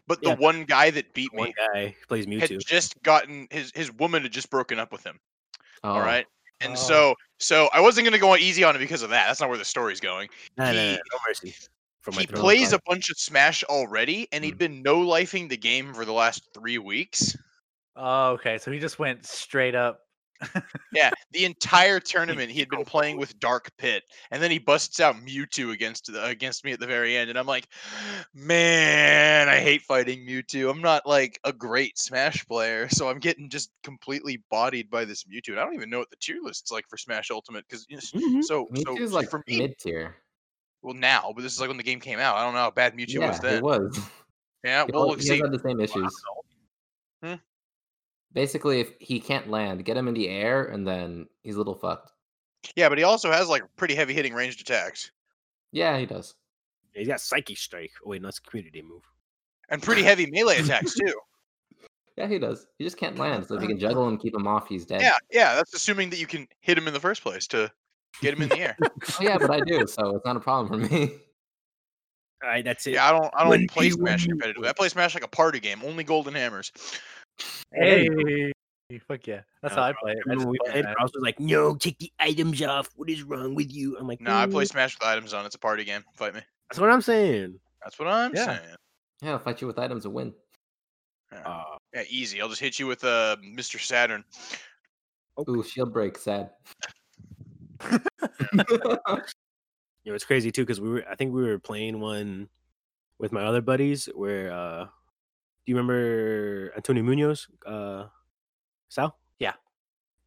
Speaker 2: But the
Speaker 3: Yeah.
Speaker 2: one guy that beat
Speaker 3: one
Speaker 2: me
Speaker 3: guy plays
Speaker 2: had
Speaker 3: Mewtwo.
Speaker 2: just gotten his his woman had just broken up with him.
Speaker 1: Oh,
Speaker 2: All right, and
Speaker 4: Oh.
Speaker 2: so so I wasn't gonna go on easy on it because of that. That's not where the story's going.
Speaker 3: Nah, nah, nah,
Speaker 2: he-
Speaker 3: no mercy. from my
Speaker 2: he
Speaker 3: throne
Speaker 2: plays
Speaker 3: card.
Speaker 2: a bunch of Smash already, and
Speaker 3: Mm.
Speaker 2: he'd been no lifing the game for the last three weeks.
Speaker 4: Oh, okay. So he just went straight up.
Speaker 2: Yeah, the entire tournament he had been playing with Dark Pit, and then he busts out Mewtwo against the, against me at the very end, and I'm like, man, I hate fighting Mewtwo. I'm not like a great Smash player, so I'm getting just completely bodied by this Mewtwo. And I don't even know what the tier list's like for Smash Ultimate because
Speaker 3: Mhm.
Speaker 2: so so
Speaker 1: Mm-hmm. Mewtwo's
Speaker 2: so
Speaker 1: like
Speaker 2: for me,
Speaker 1: mid tier.
Speaker 2: well now, but this is like when the game came out. I don't know how bad Mewtwo
Speaker 1: Yeah,
Speaker 2: was then.
Speaker 1: it was.
Speaker 2: Yeah,
Speaker 1: He
Speaker 2: well,
Speaker 1: al-
Speaker 2: look,
Speaker 1: he
Speaker 2: see,
Speaker 1: has had the same issues.
Speaker 2: Hmm?
Speaker 1: Basically, if he can't land, get him in the air, and then he's a little fucked.
Speaker 2: yeah, but he also has like pretty heavy hitting ranged attacks.
Speaker 1: Yeah, he does.
Speaker 3: He's got Psychic Strike. Oh, wait, no, that's a community move.
Speaker 2: And pretty heavy melee attacks too.
Speaker 1: Yeah, he does. He just can't land. So if you can juggle him, keep him off, he's dead.
Speaker 2: Yeah, yeah. That's assuming that you can hit him in the first place to get him in the air.
Speaker 1: Oh, yeah, but I do, so it's not a problem for me.
Speaker 3: All right, that's it.
Speaker 2: yeah, I don't. I don't
Speaker 3: When
Speaker 2: play
Speaker 3: you
Speaker 2: Smash
Speaker 3: remove
Speaker 2: competitively.
Speaker 3: it.
Speaker 2: I play Smash like a party game. Only golden hammers.
Speaker 4: Hey,
Speaker 3: Hey.
Speaker 4: fuck yeah. That's
Speaker 3: No,
Speaker 4: how I
Speaker 3: Krause-
Speaker 4: play it. I
Speaker 3: remember
Speaker 4: just
Speaker 3: when we
Speaker 4: play
Speaker 3: played,
Speaker 4: it.
Speaker 3: Krause was like, "No, take the items off. What is wrong with you?" I'm like,
Speaker 2: No, I play
Speaker 3: "Mm,
Speaker 2: Smash with items on. It's a party game. Fight me.
Speaker 3: That's what I'm saying.
Speaker 2: That's what I'm
Speaker 4: Yeah.
Speaker 2: saying.
Speaker 1: Yeah, I'll fight you with items and win.
Speaker 3: Uh,
Speaker 2: Yeah, easy. I'll just hit you with uh, Mr. Saturn.
Speaker 1: Ooh, shield break, sad.
Speaker 3: you know, it's crazy too because we were. I think we were playing one with my other buddies. Where uh, do you remember Antonio Munoz? Uh, Sal.
Speaker 4: Yeah.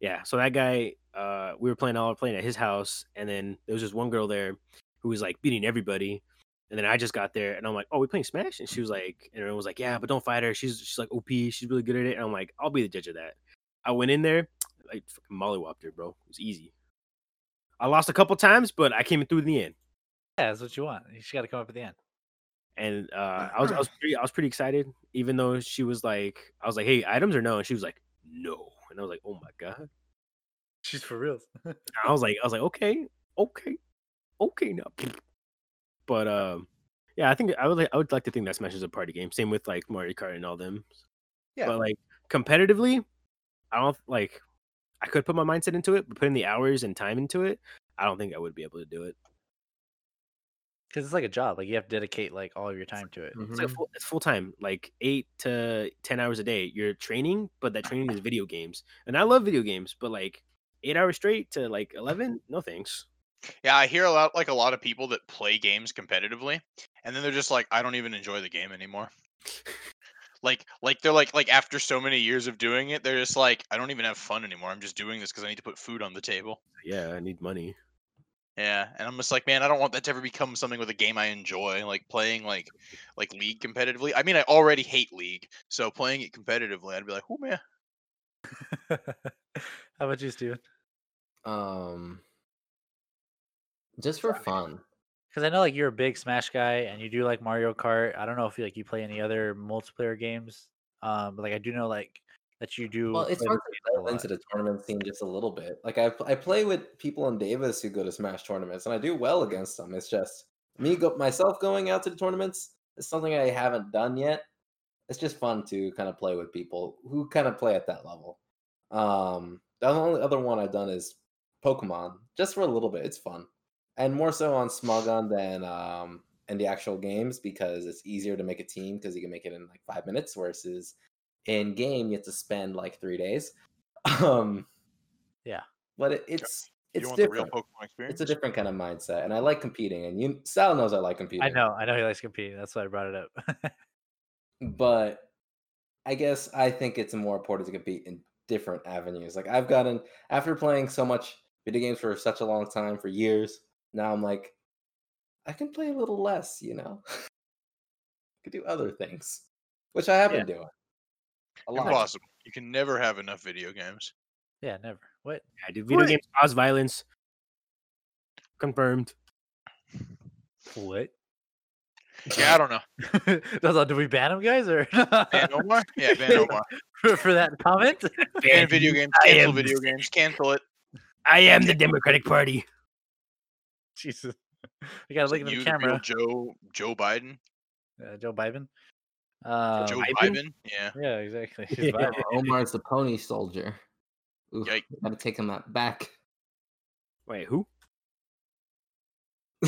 Speaker 3: yeah. So that guy, uh, we were playing all playing at his house, and then there was this one girl there who was like beating everybody. And then I just got there, and I'm like, "Oh, we playing Smash?" And she was like, and everyone was like, "Yeah, but don't fight her. She's she's like OP. She's really good at it." And I'm like, "I'll be the judge of that." I went in there, I fucking mollywopped her, bro. It was easy. I lost a couple times, but I came through in the end
Speaker 4: Yeah, that's what you want. You just got to come up at the end.
Speaker 3: and uh, I was I was pretty I was pretty excited, even though she was like I was like, "Hey, items or no?" And she was like, "No," and I was like, "Oh my god!"
Speaker 4: She's for real.
Speaker 3: I was like, I was like, "Okay, okay, okay, now." But um, yeah, I think I would like I would like to think that Smash is a party game. Same with like Mario Kart and all them.
Speaker 4: Yeah.
Speaker 3: But like competitively, I don't like. I could put my mindset into it, but putting the hours and time into it, I don't think I would be able to do it.
Speaker 4: Because it's like a job. Like you have to dedicate like all of your time to it.
Speaker 3: It's like
Speaker 1: Mhm.
Speaker 3: full, it's full time, like eight to ten hours a day. You're training, but that training is video games, and I love video games, but like eight hours straight to like eleven, no thanks.
Speaker 2: Yeah, I hear a lot like a lot of people that play games competitively, and then they're just like, I don't even enjoy the game anymore. like, like they're like, like after so many years of doing it, they're just like, I don't even have fun anymore. I'm just doing this because I need to put food on the table.
Speaker 3: Yeah, I need money.
Speaker 2: Yeah, and I'm just like, man, I don't want that to ever become something with a game I enjoy, like playing like like League competitively. I mean, I already hate League, so playing it competitively, I'd be like, oh man,
Speaker 4: how about you, Steven?
Speaker 1: Um, just for fun.
Speaker 4: Because I know like you're a big Smash guy and you do like Mario Kart. I don't know if you like you play any other multiplayer games. Um, but like I do know like that you do.
Speaker 1: Well, it's
Speaker 4: play
Speaker 1: hard
Speaker 4: those games
Speaker 1: to
Speaker 4: a
Speaker 1: delve
Speaker 4: lot.
Speaker 1: into the tournament scene just a little bit. Like I, I play with people in Davis who go to Smash tournaments, and I do well against them. It's just me go myself going out to the tournaments is something I haven't done yet. It's just fun to kind of play with people who kind of play at that level. Um, the only other one I've done is Pokemon, just for a little bit. It's fun, and more so on Smogon than um in the actual games because it's easier to make a team because you can make it in like five minutes versus in game you have to spend like three days um
Speaker 4: Yeah.
Speaker 1: but it, it's
Speaker 2: you
Speaker 1: it's
Speaker 2: don't
Speaker 1: different
Speaker 2: want the real Pokemon experience.
Speaker 1: it's a different kind of mindset and i like competing and you sal knows i like competing
Speaker 4: I know, I know he likes competing. That's why I brought it up.
Speaker 1: but i guess i think it's more important to compete in different avenues like i've gotten after playing so much video games for such a long time for years now i'm like i can play a little less you know i could do other things which i have
Speaker 4: Yeah.
Speaker 1: been doing a lot
Speaker 2: Impossible. You can never have enough video games.
Speaker 4: yeah, never. What?
Speaker 3: I do video
Speaker 2: Right.
Speaker 3: games cause violence. Confirmed.
Speaker 4: What?
Speaker 2: Yeah, I don't know.
Speaker 4: That's all. Did uh, we ban him, guys, or
Speaker 2: Ban Omar? Yeah, ban Omar.
Speaker 4: for, for that comment?
Speaker 2: Ban video games.
Speaker 3: I
Speaker 2: Cancel
Speaker 3: am-
Speaker 2: video games. Cancel it.
Speaker 3: I am the Democratic Party.
Speaker 4: Jesus, we gotta
Speaker 2: Is
Speaker 4: look
Speaker 2: it
Speaker 4: into
Speaker 2: you,
Speaker 4: the
Speaker 2: the real
Speaker 4: camera.
Speaker 2: Joe Joe Biden.
Speaker 4: Uh, Joe Biden. Um,
Speaker 2: Joe
Speaker 3: Biden?
Speaker 2: Biden. Yeah.
Speaker 4: Yeah, exactly.
Speaker 3: Yeah.
Speaker 4: He's Biden.
Speaker 1: Omar's the pony soldier. Oof,
Speaker 2: Yike.
Speaker 1: gotta take him out back.
Speaker 3: Wait, who?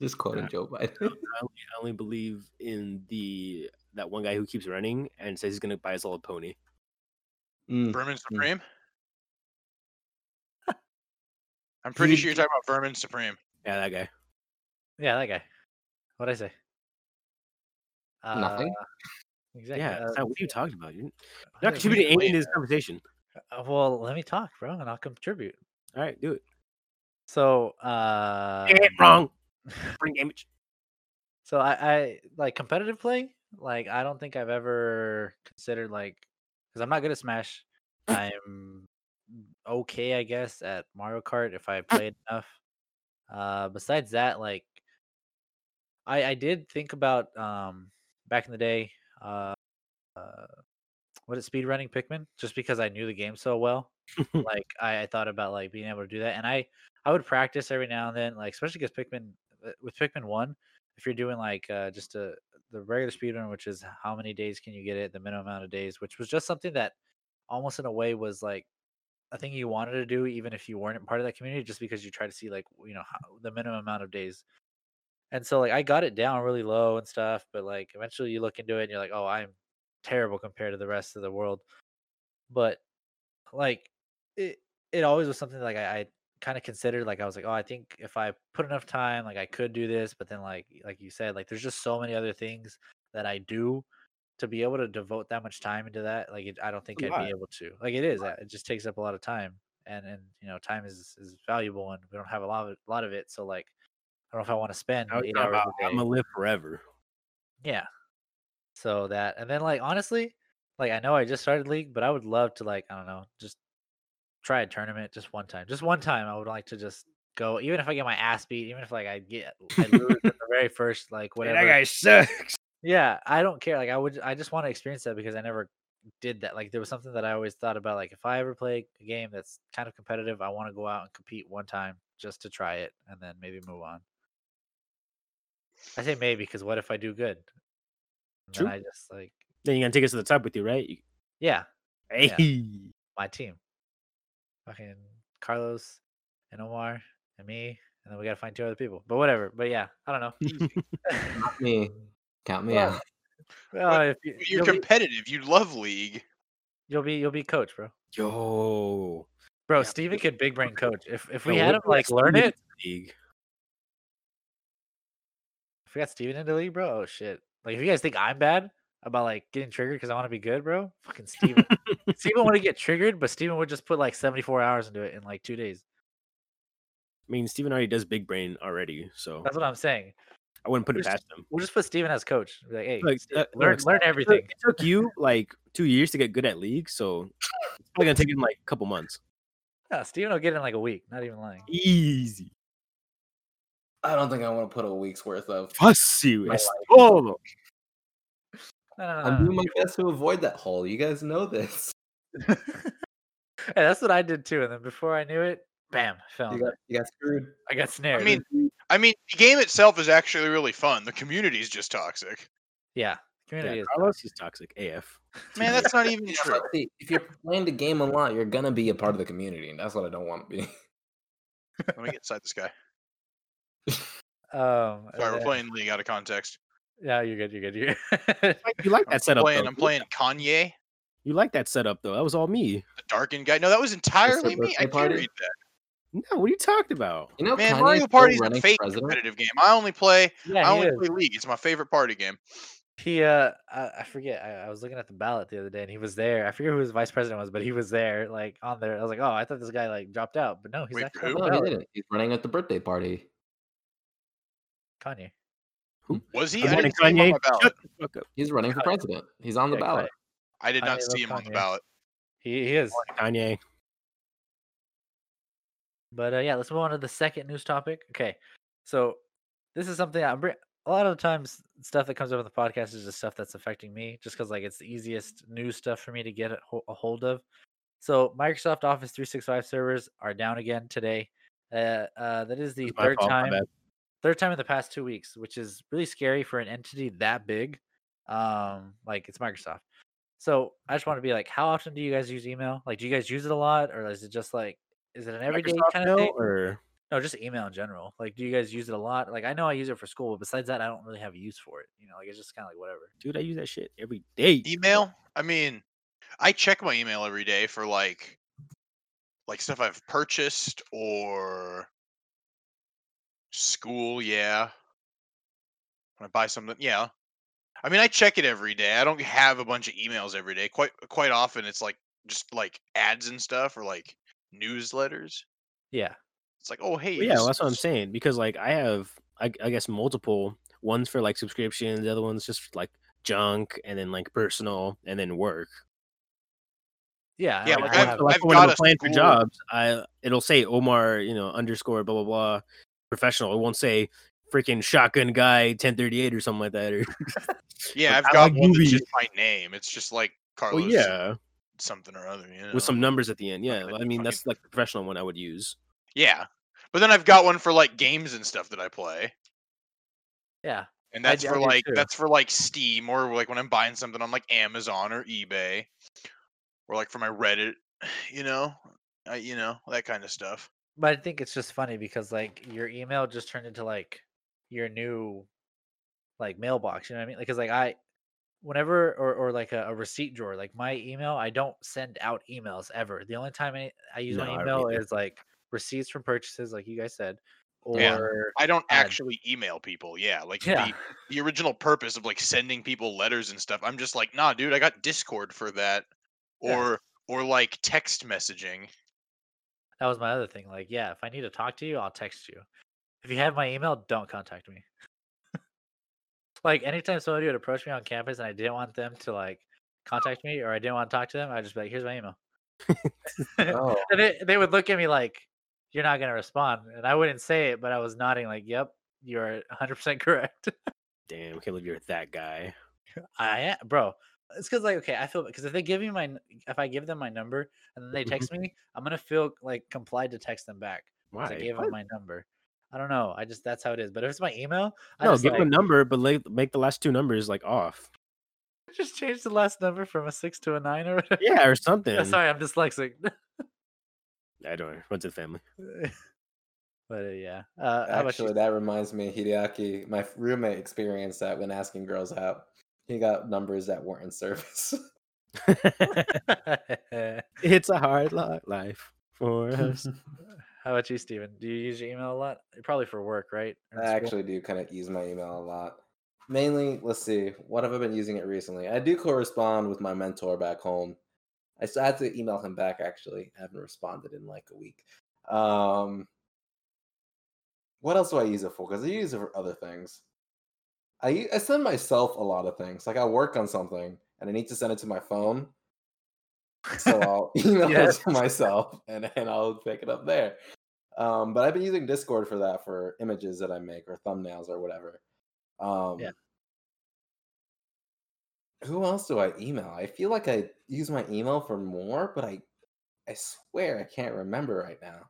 Speaker 5: Just quoting Joe Biden.
Speaker 3: I only believe in the that one guy who keeps running and says he's gonna buy us all a pony.
Speaker 5: Mm,
Speaker 2: Vermin Supreme. I'm pretty sure you're talking about Vermin Supreme.
Speaker 3: Yeah, that guy.
Speaker 4: Yeah, that guy. What'd I say?
Speaker 5: Nothing.
Speaker 4: Uh, exactly.
Speaker 3: yeah,
Speaker 4: uh,
Speaker 3: Sam, what are you talking about? You're
Speaker 4: what
Speaker 3: not
Speaker 4: did I-
Speaker 3: contributing anything to this
Speaker 2: wait.
Speaker 3: conversation.
Speaker 4: Uh, well, let me talk, bro, and I'll contribute.
Speaker 3: All right, do it.
Speaker 4: So, uh,
Speaker 3: Dang it, wrong. Brain damage.
Speaker 4: so I, I like competitive play. Like, I don't think I've ever considered like because I'm not good at Smash. I'm okay, I guess, at Mario Kart if I played enough. Uh, besides that, like, I I did think about um back in the day, uh, uh what is speedrunning Pikmin? Just because I knew the game so well, like I, I thought about like being able to do that, and I I would practice every now and then, like especially because Pikmin uh, with Pikmin one, if you're doing like uh, just a the regular speedrun, which is how many days can you get it, the minimum amount of days, which was just something that almost in a way was like a thing you wanted to do, even if you weren't part of that community, just because you try to see like you know how, the minimum amount of days. And so like I got it down really low and stuff, but like eventually you look into it and you're like, oh, I'm terrible compared to the rest of the world. But like it, it always was something like I, I kind of considered. Like I was like, oh, I think if I put enough time, like I could do this. But then like like you said, like there's just so many other things that I do to be able to devote that much time into that. Like it, I don't think
Speaker 3: a
Speaker 4: I'd
Speaker 3: lot.
Speaker 4: be able to. Like it is, uh, it just takes up a lot of time, and and you know time is is valuable, and we don't have a lot of it, lot of it. So like. I don't know if I want to spend
Speaker 3: I was
Speaker 4: eight
Speaker 3: talking
Speaker 4: hours
Speaker 3: about,
Speaker 4: a day.
Speaker 3: I'm gonna live forever.
Speaker 4: Yeah. So that and then like honestly, like I know I just started league, but I would love to like I don't know, just try a tournament just one time. Just one time I would like to just go even if I get my ass beat, even if like I get I lose in the very first like
Speaker 3: Hey,
Speaker 4: whatever.
Speaker 3: sucks.
Speaker 4: Yeah, I don't care. Like I would I just want to experience that because I never did that. Like there was something that I always thought about like if I ever play a game that's kind of competitive, I want to go out and compete one time just to try it and then maybe move on. I say maybe because what if I do good? And then
Speaker 3: True.
Speaker 4: I just like
Speaker 3: Then you're gonna take us to the top with you, right? You-
Speaker 4: yeah,
Speaker 3: Hey,
Speaker 4: my team. Fucking Carlos and Omar and me. And then we gotta find two other people. But whatever. But yeah, I don't know.
Speaker 5: Count me. Count me
Speaker 4: Well,
Speaker 5: out.
Speaker 4: well, if you,
Speaker 2: You're
Speaker 4: you'll, be,
Speaker 2: competitive. You love League.
Speaker 4: you'll be you'll be coach, bro.
Speaker 3: yo,
Speaker 4: Bro,
Speaker 3: Yeah,
Speaker 4: Steven
Speaker 3: dude.
Speaker 4: could big brain coach. If if
Speaker 3: Yo,
Speaker 4: we had
Speaker 3: what
Speaker 4: him
Speaker 3: if
Speaker 4: like
Speaker 3: Steven
Speaker 4: learn
Speaker 3: is
Speaker 4: it,
Speaker 3: league.
Speaker 4: if we got Steven into the league, bro, oh shit. Like if you guys think I'm bad about like getting triggered because I want to be good, bro, fucking Steven. Steven would get triggered, but Steven would just put like 74 hours into it in like two days.
Speaker 3: I mean, Steven already does big brain already, so
Speaker 4: That's what I'm saying.
Speaker 3: I wouldn't put it
Speaker 4: Just-
Speaker 3: past him.
Speaker 4: We'll just put Steven as coach. Be like, hey,
Speaker 3: Look,
Speaker 4: Steven,
Speaker 3: uh,
Speaker 4: learn
Speaker 3: look,
Speaker 4: learn
Speaker 3: it took-
Speaker 4: everything.
Speaker 3: It took you like two years to get good at league, so it's probably gonna take him like a couple months.
Speaker 4: Yeah, Steven will get it in like a week. Not even lying.
Speaker 3: Easy.
Speaker 1: I don't think I want to put a week's worth of.
Speaker 3: Fácil.
Speaker 1: My
Speaker 3: Es
Speaker 1: life.
Speaker 3: todo.
Speaker 4: No, no, no.
Speaker 5: I'm
Speaker 4: no.
Speaker 1: Um,
Speaker 5: doing my best to avoid that hole. You guys know this.
Speaker 4: Hey, that's what I did too. And then before I knew it, bam, fell.
Speaker 1: Oh,
Speaker 5: You got, you got screwed.
Speaker 4: I got snared.
Speaker 2: mean- I mean, the game itself is actually really fun. The community is just toxic.
Speaker 4: yeah,
Speaker 3: Yeah,
Speaker 4: community is
Speaker 3: Carlos is toxic AF.
Speaker 2: Man, that's not even
Speaker 1: Yeah,
Speaker 2: true.
Speaker 1: but see, if you're playing the game a lot, you're gonna be a part of the community, and that's what I don't want to be.
Speaker 2: Let me get inside this guy.
Speaker 4: Um,
Speaker 2: Sorry, we're
Speaker 4: uh,
Speaker 2: playing League out of context.
Speaker 4: Yeah, you're good. You're good. You're good.
Speaker 3: You like
Speaker 2: I'm
Speaker 3: that setup?
Speaker 2: playing.
Speaker 3: though.
Speaker 2: I'm playing Kanye,
Speaker 3: You like that setup though? That was all me.
Speaker 2: the darkened guy. No, that was entirely me. I
Speaker 1: birthday party?
Speaker 2: carried that.
Speaker 3: No, what are you talking about?
Speaker 1: You know,
Speaker 2: Man,
Speaker 1: Kanye's
Speaker 2: Mario
Speaker 1: still
Speaker 2: Party's a
Speaker 1: running for
Speaker 2: fake
Speaker 1: president.
Speaker 2: competitive game. I only play. I
Speaker 4: yeah, he,
Speaker 2: only
Speaker 4: is.
Speaker 2: play League. It's my favorite party game.
Speaker 4: he uh, I, I forget. I, I was looking at the ballot the other day, and he was there. I forget who his vice president was, but he was there, like on there. I was like, oh, I thought this guy like dropped out, but no, he's
Speaker 2: Wait,
Speaker 4: actually on
Speaker 2: who?
Speaker 4: the
Speaker 3: Oh,
Speaker 1: No, he
Speaker 4: ballot.
Speaker 1: didn't. He's running at the birthday party.
Speaker 4: Kanye.
Speaker 2: Was he?
Speaker 3: I'm
Speaker 2: I
Speaker 3: running
Speaker 2: didn't see him on
Speaker 3: Kanye.
Speaker 2: the ballot.
Speaker 3: Shut the fuck up.
Speaker 1: He's running for president. He's on the
Speaker 4: Yeah,
Speaker 1: ballot.
Speaker 2: I did not
Speaker 4: Kanye
Speaker 2: see
Speaker 4: love
Speaker 2: him on the
Speaker 4: Kanye.
Speaker 2: ballot.
Speaker 4: He, he is.
Speaker 3: Kanye.
Speaker 4: But uh, yeah, let's move on to the second news topic. Okay, so this is something I'm br- a lot of the times stuff that comes up on the podcast is just stuff that's affecting me, just because like it's the easiest news stuff for me to get a ho- a hold of. So Microsoft Office 365 servers are down again today. Uh, uh, that is the
Speaker 3: It's my
Speaker 4: third
Speaker 3: fault, my
Speaker 4: time
Speaker 3: bad.
Speaker 4: third time in the past two weeks, which is really scary for an entity that big. Um, like it's Microsoft. So I just want to be like, how often do you guys use email? Like, do you guys use it a lot, or is it just like, is it an everyday
Speaker 3: Microsoft
Speaker 4: kind
Speaker 3: now,
Speaker 4: of thing?
Speaker 3: or
Speaker 4: No, just email in general. Like, do you guys use it a lot? Like, I know I use it for school, but besides that, I don't really have a use for it. You know, like it's just kind of like whatever.
Speaker 3: Dude, I use that shit every day.
Speaker 2: Email? I mean, I check my email every day for like like stuff I've purchased or school, yeah. When I buy something, yeah. I mean, I check it every day. I don't have a bunch of emails every day. Quite quite often it's like just like ads and stuff or like newsletters.
Speaker 4: Yeah.
Speaker 2: It's like, "Oh, hey,
Speaker 3: Well, yeah,
Speaker 2: this-
Speaker 3: well, that's what I'm
Speaker 2: this-
Speaker 3: saying because like I have, I, I guess multiple ones for like subscriptions, the other ones just like junk, and then like personal, and then work.
Speaker 4: Yeah.
Speaker 2: Yeah,
Speaker 4: like,
Speaker 2: like,
Speaker 4: I
Speaker 2: I've-
Speaker 4: have-
Speaker 3: So, like
Speaker 2: I've
Speaker 3: when I'm
Speaker 2: got a
Speaker 3: applying for
Speaker 2: school-
Speaker 3: jobs, I it'll say Omar, you know, underscore blah blah blah, professional. It won't say freaking shotgun guy 1038 or something like that. Or
Speaker 2: Yeah,
Speaker 3: Like,
Speaker 2: I've
Speaker 3: I
Speaker 2: got
Speaker 3: like
Speaker 2: one that's
Speaker 3: movies.
Speaker 2: just my name. It's just like
Speaker 3: well,
Speaker 2: Carlos
Speaker 3: yeah,
Speaker 2: something or other. You know?
Speaker 3: with some numbers at the end. Yeah,
Speaker 2: Fucking-
Speaker 3: I mean that's
Speaker 2: fucking-
Speaker 3: like the professional one I would use.
Speaker 2: Yeah, but then I've got one for like games and stuff that I play,
Speaker 4: yeah.
Speaker 2: and
Speaker 4: I
Speaker 2: that's
Speaker 4: d- I
Speaker 2: for
Speaker 4: do
Speaker 2: like
Speaker 4: too.
Speaker 2: that's for like Steam or like when I'm buying something on like Amazon or eBay, or like for my Reddit, you know, I, you know that kind of stuff.
Speaker 4: But I think it's just funny because like your email just turned into like your new like mailbox. You know what I mean? Because like I, whenever or or like a, a receipt drawer, like my email, I don't send out emails ever. The only time I, I use
Speaker 3: No, I
Speaker 4: my
Speaker 3: don't
Speaker 4: email
Speaker 3: either.
Speaker 4: is like receipts from purchases, like you guys said, or
Speaker 2: Yeah. I don't
Speaker 4: Ad.
Speaker 2: actually email people. Yeah, like
Speaker 4: Yeah.
Speaker 2: The, the original purpose of like sending people letters and stuff. I'm just like, nah, dude, I got Discord for that,
Speaker 4: Yeah.
Speaker 2: or or like text messaging.
Speaker 4: That was my other thing. Like, yeah, if I need to talk to you, I'll text you. If you have my email, don't contact me. like anytime somebody would approach me on campus and I didn't want them to like contact me or I didn't want to talk to them, I'd just be like, here's my email.
Speaker 5: Oh,
Speaker 4: And they, they would look at me like, you're not gonna respond. And I wouldn't say it, but I was nodding like, Yep, you're hundred percent correct.
Speaker 3: Damn, can't believe you're that guy.
Speaker 4: I am bro. It's cause like okay, I feel because if they give me my n- if I give them my number and then they
Speaker 3: Mhm.
Speaker 4: text me, I'm gonna feel like complied to text them back. 'cause I
Speaker 3: Why?
Speaker 4: gave him my number. I don't know. I just that's how it is. But if it's my email, I
Speaker 3: No,
Speaker 4: just,
Speaker 3: give him a
Speaker 4: like,
Speaker 3: number, but like, make the last two numbers like off.
Speaker 4: just change the last number from a six to a nine or whatever.
Speaker 3: Yeah, or something.
Speaker 4: Sorry, I'm dyslexic.
Speaker 3: I don't know. Runs in the family.
Speaker 4: but uh, yeah, uh, how about
Speaker 1: Actually,
Speaker 4: you?
Speaker 1: that reminds me, Hideaki, my f- roommate experienced that when asking girls out. He got numbers that weren't in service.
Speaker 3: it's a hard lo- life for us.
Speaker 4: how about you, Steven? Do you use your email a lot? Probably for work, right? Or in
Speaker 1: I
Speaker 4: school?
Speaker 1: actually do kind of use my email a lot. Mainly, let's see, what have I been using it recently? I do correspond with my mentor back home. I still had to email him back actually. I haven't responded in like a week. Um what else do I use it for? Because I use it for other things. I u- I send myself a lot of things. Like I work on something and I need to send it to my phone. So I'll email
Speaker 4: Yes.
Speaker 1: it to myself and, and I'll pick it up there. Um, but I've been using Discord for that for images that I make or thumbnails or whatever. Um,
Speaker 4: Yeah.
Speaker 1: Who else do I email? I feel like I use my email for more, but I, I swear I can't remember right now.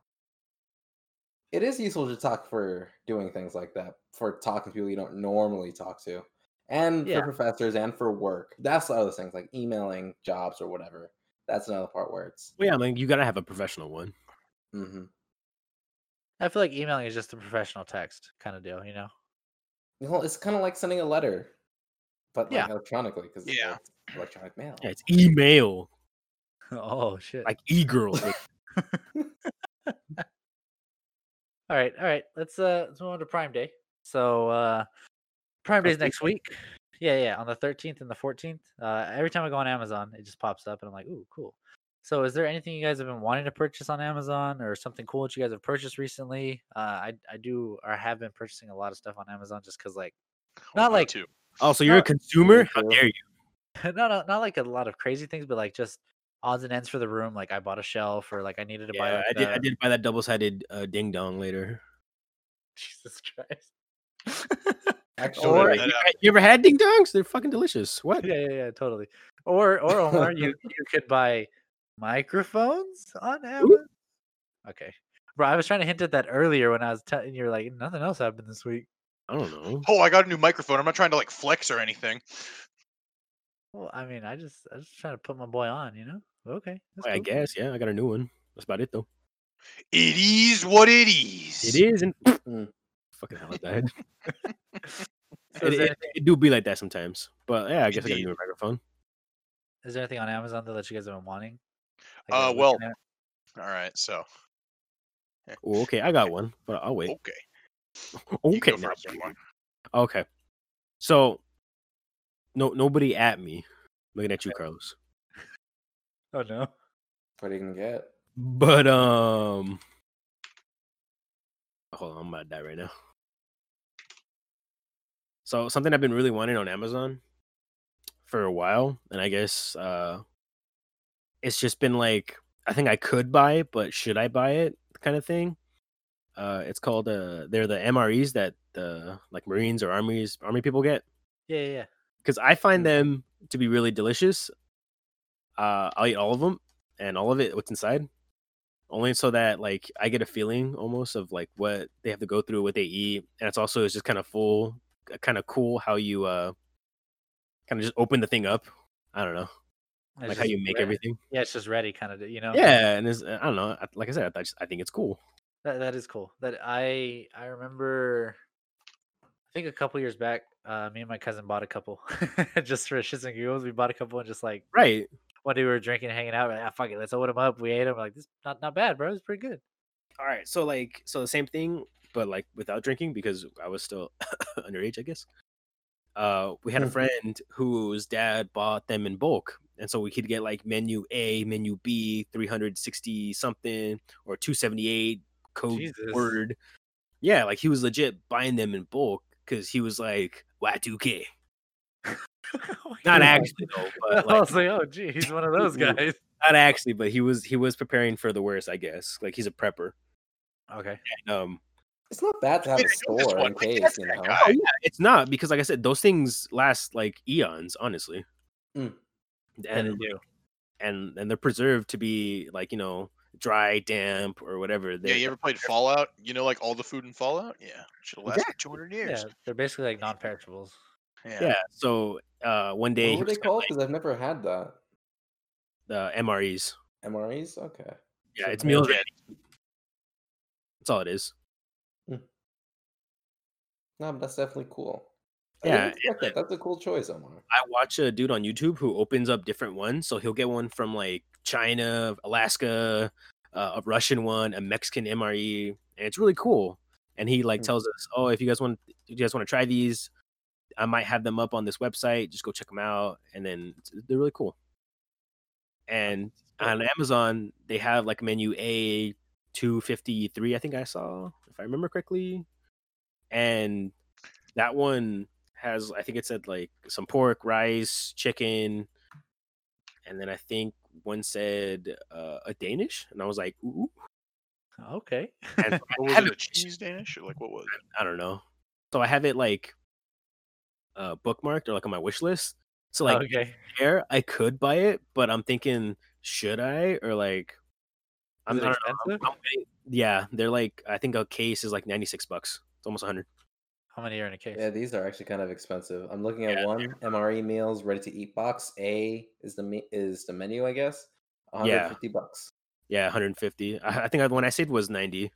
Speaker 1: It is useful to talk for doing things like that, for talking to people you don't normally talk to, and
Speaker 4: Yeah.
Speaker 1: for professors and for work. That's the other things like emailing jobs or whatever. That's another part where it's.
Speaker 3: Well, yeah, I mean, you gotta have a professional one.
Speaker 1: hmm
Speaker 4: I feel like emailing is just a professional text kind of deal, you know?
Speaker 1: Well, it's kind of like sending a letter, but like
Speaker 4: Yeah.
Speaker 1: electronically because
Speaker 2: Yeah.
Speaker 1: electronic mail.
Speaker 3: Yeah, it's email,
Speaker 4: oh shit!
Speaker 3: like e-girl. like,
Speaker 4: all right, all right. Let's uh let's move on to Prime Day. So uh Prime Day's next week. Yeah, yeah, on the 13th and the 14th. Uh every time I go on Amazon, it just pops up and I'm like, "Ooh, cool." So is there anything you guys have been wanting to purchase on Amazon or something cool that you guys have purchased recently? Uh I I do or have been purchasing a lot of stuff on Amazon just cuz like Not
Speaker 2: me
Speaker 4: like-
Speaker 2: too.
Speaker 3: oh, so you're a
Speaker 4: No,
Speaker 3: consumer? How
Speaker 1: true.
Speaker 3: dare you?
Speaker 4: not a- not like a lot of crazy things, but like just odds and ends for the room, like I bought a shelf or like I needed to buy
Speaker 3: Yeah,
Speaker 4: like,
Speaker 3: I did. I
Speaker 4: the-
Speaker 3: did buy that uh, double-sided uh, ding dong later.
Speaker 4: Jesus Christ.
Speaker 1: Actually,
Speaker 4: Or-
Speaker 1: I-
Speaker 3: you,
Speaker 2: that up.
Speaker 3: you ever had ding dongs? They're fucking delicious. What?
Speaker 4: yeah, yeah, yeah, totally. Or or Omar, you you could buy microphones on Amazon. Okay, bro, I was trying to hint at that earlier when I was telling you, were like nothing else happened this week.
Speaker 3: I don't know.
Speaker 2: Oh, I got a new microphone. I'm not trying to like flex or anything.
Speaker 4: Well, I mean, I just I was just trying to put my boy on, you know. Okay, that's
Speaker 3: I
Speaker 4: cool.
Speaker 3: guess. Yeah, I got a new one. That's about it, though.
Speaker 2: It is what it is.
Speaker 3: It is. And
Speaker 1: Mm.
Speaker 3: fucking hell, I died.
Speaker 4: So
Speaker 3: it,
Speaker 4: is, there,
Speaker 3: it, it do be like that sometimes. But yeah, I guess I got a
Speaker 2: Indeed.
Speaker 3: new microphone.
Speaker 4: is there anything on Amazon though that you guys have been wanting?
Speaker 2: Uh,
Speaker 4: you're looking
Speaker 2: well,
Speaker 4: at-
Speaker 2: All right, so
Speaker 3: Oh, okay, I got one, but I'll wait.
Speaker 2: okay, Oh, you
Speaker 3: Okay,
Speaker 2: go
Speaker 3: now,
Speaker 2: first, Omar.
Speaker 3: okay. So, no, nobody at me. Looking at you, Carlos.
Speaker 4: oh no,
Speaker 1: What are you gonna get?
Speaker 3: But um, hold on, I'm about to die right now. So something I've been really wanting on Amazon for a while, and I guess uh, it's just been like I think I could buy it, but should I buy it kind of thing. Uh, it's called uh, they're the MREs that the like Marines or armies army people get
Speaker 4: yeah, yeah, yeah.
Speaker 3: because I
Speaker 4: Mm.
Speaker 3: find them to be really delicious. Uh, I'll eat all of them and all of it what's inside, only so that like I get a feeling almost of like what they have to go through, what they eat, and it's also it's just kind of full, kind of cool how you uh kind of just open the thing up. I don't know,
Speaker 4: It's
Speaker 3: like how
Speaker 4: just
Speaker 3: you make
Speaker 4: re-
Speaker 3: everything.
Speaker 4: Yeah, it's just ready, kind of. You know.
Speaker 3: Yeah, and it's, uh, I don't know. I- Like I said, I, just, I think it's cool.
Speaker 4: That that is cool. That I I remember. I think a couple years back, uh, me and my cousin bought a couple just for shits and giggles. We bought a couple and just like
Speaker 3: Right?
Speaker 4: one day we were drinking, and hanging out. Like, ah, fuck it, let's open them up. We ate them. Like this, not not bad, bro. It's pretty good.
Speaker 3: All right. So like so the same thing, but like without drinking because I was still underage, I guess. Uh, we had a
Speaker 4: Mm-hmm.
Speaker 1: Mhm.
Speaker 3: friend whose dad bought them in bulk, and so we could get like menu A, menu B, three hundred sixty something or two seventy eight code
Speaker 4: Jesus.
Speaker 3: word. Yeah, like he was legit buying them in bulk because he was like Y two K. Not actually though, but
Speaker 4: Oh I
Speaker 3: like,
Speaker 4: was like, oh gee, he's one of those
Speaker 3: Ooh.
Speaker 4: guys.
Speaker 3: not actually, but he was he was preparing for the worst, I guess. Like he's a prepper.
Speaker 4: Okay.
Speaker 3: And, um,
Speaker 1: It's not bad to have a
Speaker 2: Wait, I know this
Speaker 1: store
Speaker 2: one.
Speaker 1: in
Speaker 2: Wait,
Speaker 1: case,
Speaker 2: that's
Speaker 1: you
Speaker 2: that
Speaker 1: know.
Speaker 2: guy.
Speaker 3: Oh yeah, it's not because like I said, those things last like eons, honestly.
Speaker 1: Mm.
Speaker 4: Yeah, they
Speaker 3: And
Speaker 4: do.
Speaker 3: and and they're preserved to be like you know dry, damp, or whatever.
Speaker 2: Yeah,
Speaker 3: They're-
Speaker 2: you ever played Fallout? You know, like all the food in Fallout. Yeah, should have lasted two hundred
Speaker 4: Yeah,
Speaker 2: years.
Speaker 4: they're basically like non-perishables.
Speaker 2: Yeah.
Speaker 3: yeah. So uh, one day
Speaker 1: What
Speaker 3: he
Speaker 1: were they
Speaker 3: was kinda
Speaker 1: called? Because I've never had that.
Speaker 3: like, the MREs.
Speaker 1: MREs. Okay.
Speaker 3: Yeah,
Speaker 4: So
Speaker 3: it's
Speaker 4: they-
Speaker 3: meals. Ready. That's all it is.
Speaker 1: No, but that's definitely cool. I
Speaker 3: Yeah,
Speaker 1: didn't
Speaker 3: and,
Speaker 1: expect that. That's a cool choice, Omar.
Speaker 3: I watch a dude on YouTube who opens up different ones. So he'll get one from like China, Alaska, uh, a Russian one, a Mexican MRE, and it's really cool. And he like
Speaker 1: Hmm.
Speaker 3: tells us, "Oh, if you guys want, if you guys want to try these, I might have them up on this website. Just go check them out." And then it's- they're really cool. And on Amazon, they have like menu A two fifty three. I think I saw, if I remember correctly, and that one has I think it said like some pork, rice, chicken, and then I think one said uh, a Danish, and I was like, ooh,
Speaker 4: Okay.
Speaker 3: and so I
Speaker 2: What was
Speaker 3: have
Speaker 2: it? A
Speaker 3: it-
Speaker 2: cheese Danish or like what was it?
Speaker 3: I don't know. So I have it like uh, bookmarked or like on my wish list. So like
Speaker 4: okay.
Speaker 3: there, I could buy it, but I'm thinking, should I or like, I'm,
Speaker 4: Is
Speaker 3: I don't
Speaker 4: it
Speaker 3: know, I'm-
Speaker 4: expensive?
Speaker 3: I'm waiting- yeah, they're like I think a case is like ninety six bucks. It's almost hundred.
Speaker 4: How many are in a case?
Speaker 1: Yeah, these are actually kind of expensive. I'm looking at
Speaker 3: Yeah,
Speaker 1: one MRE meals ready to eat box. A is the me- is the menu, I guess.
Speaker 3: Yeah.
Speaker 1: 150 bucks.
Speaker 3: Yeah, 150. I, I think I, when I said was 90.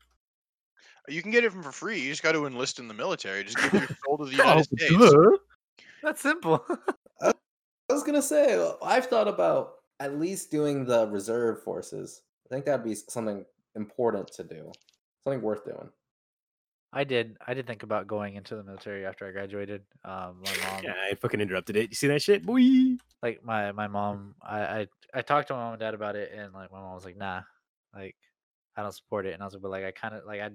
Speaker 2: You can get it for free. You just got to enlist in the military. Just give your soul to the United States.
Speaker 4: That's simple.
Speaker 1: I was gonna say uh, I've thought about at least doing the reserve forces. I think that'd be s- something important to do, something worth doing.
Speaker 4: I did. I did think about going into the military after I graduated. Um, my mom,
Speaker 3: Yeah, I fucking interrupted it. You see that shit, boy?
Speaker 4: like my my mom, I, I I talked to my mom and dad about it, and like my mom was like, "Nah, like I don't support it." And I was like, "But like I kind of like I,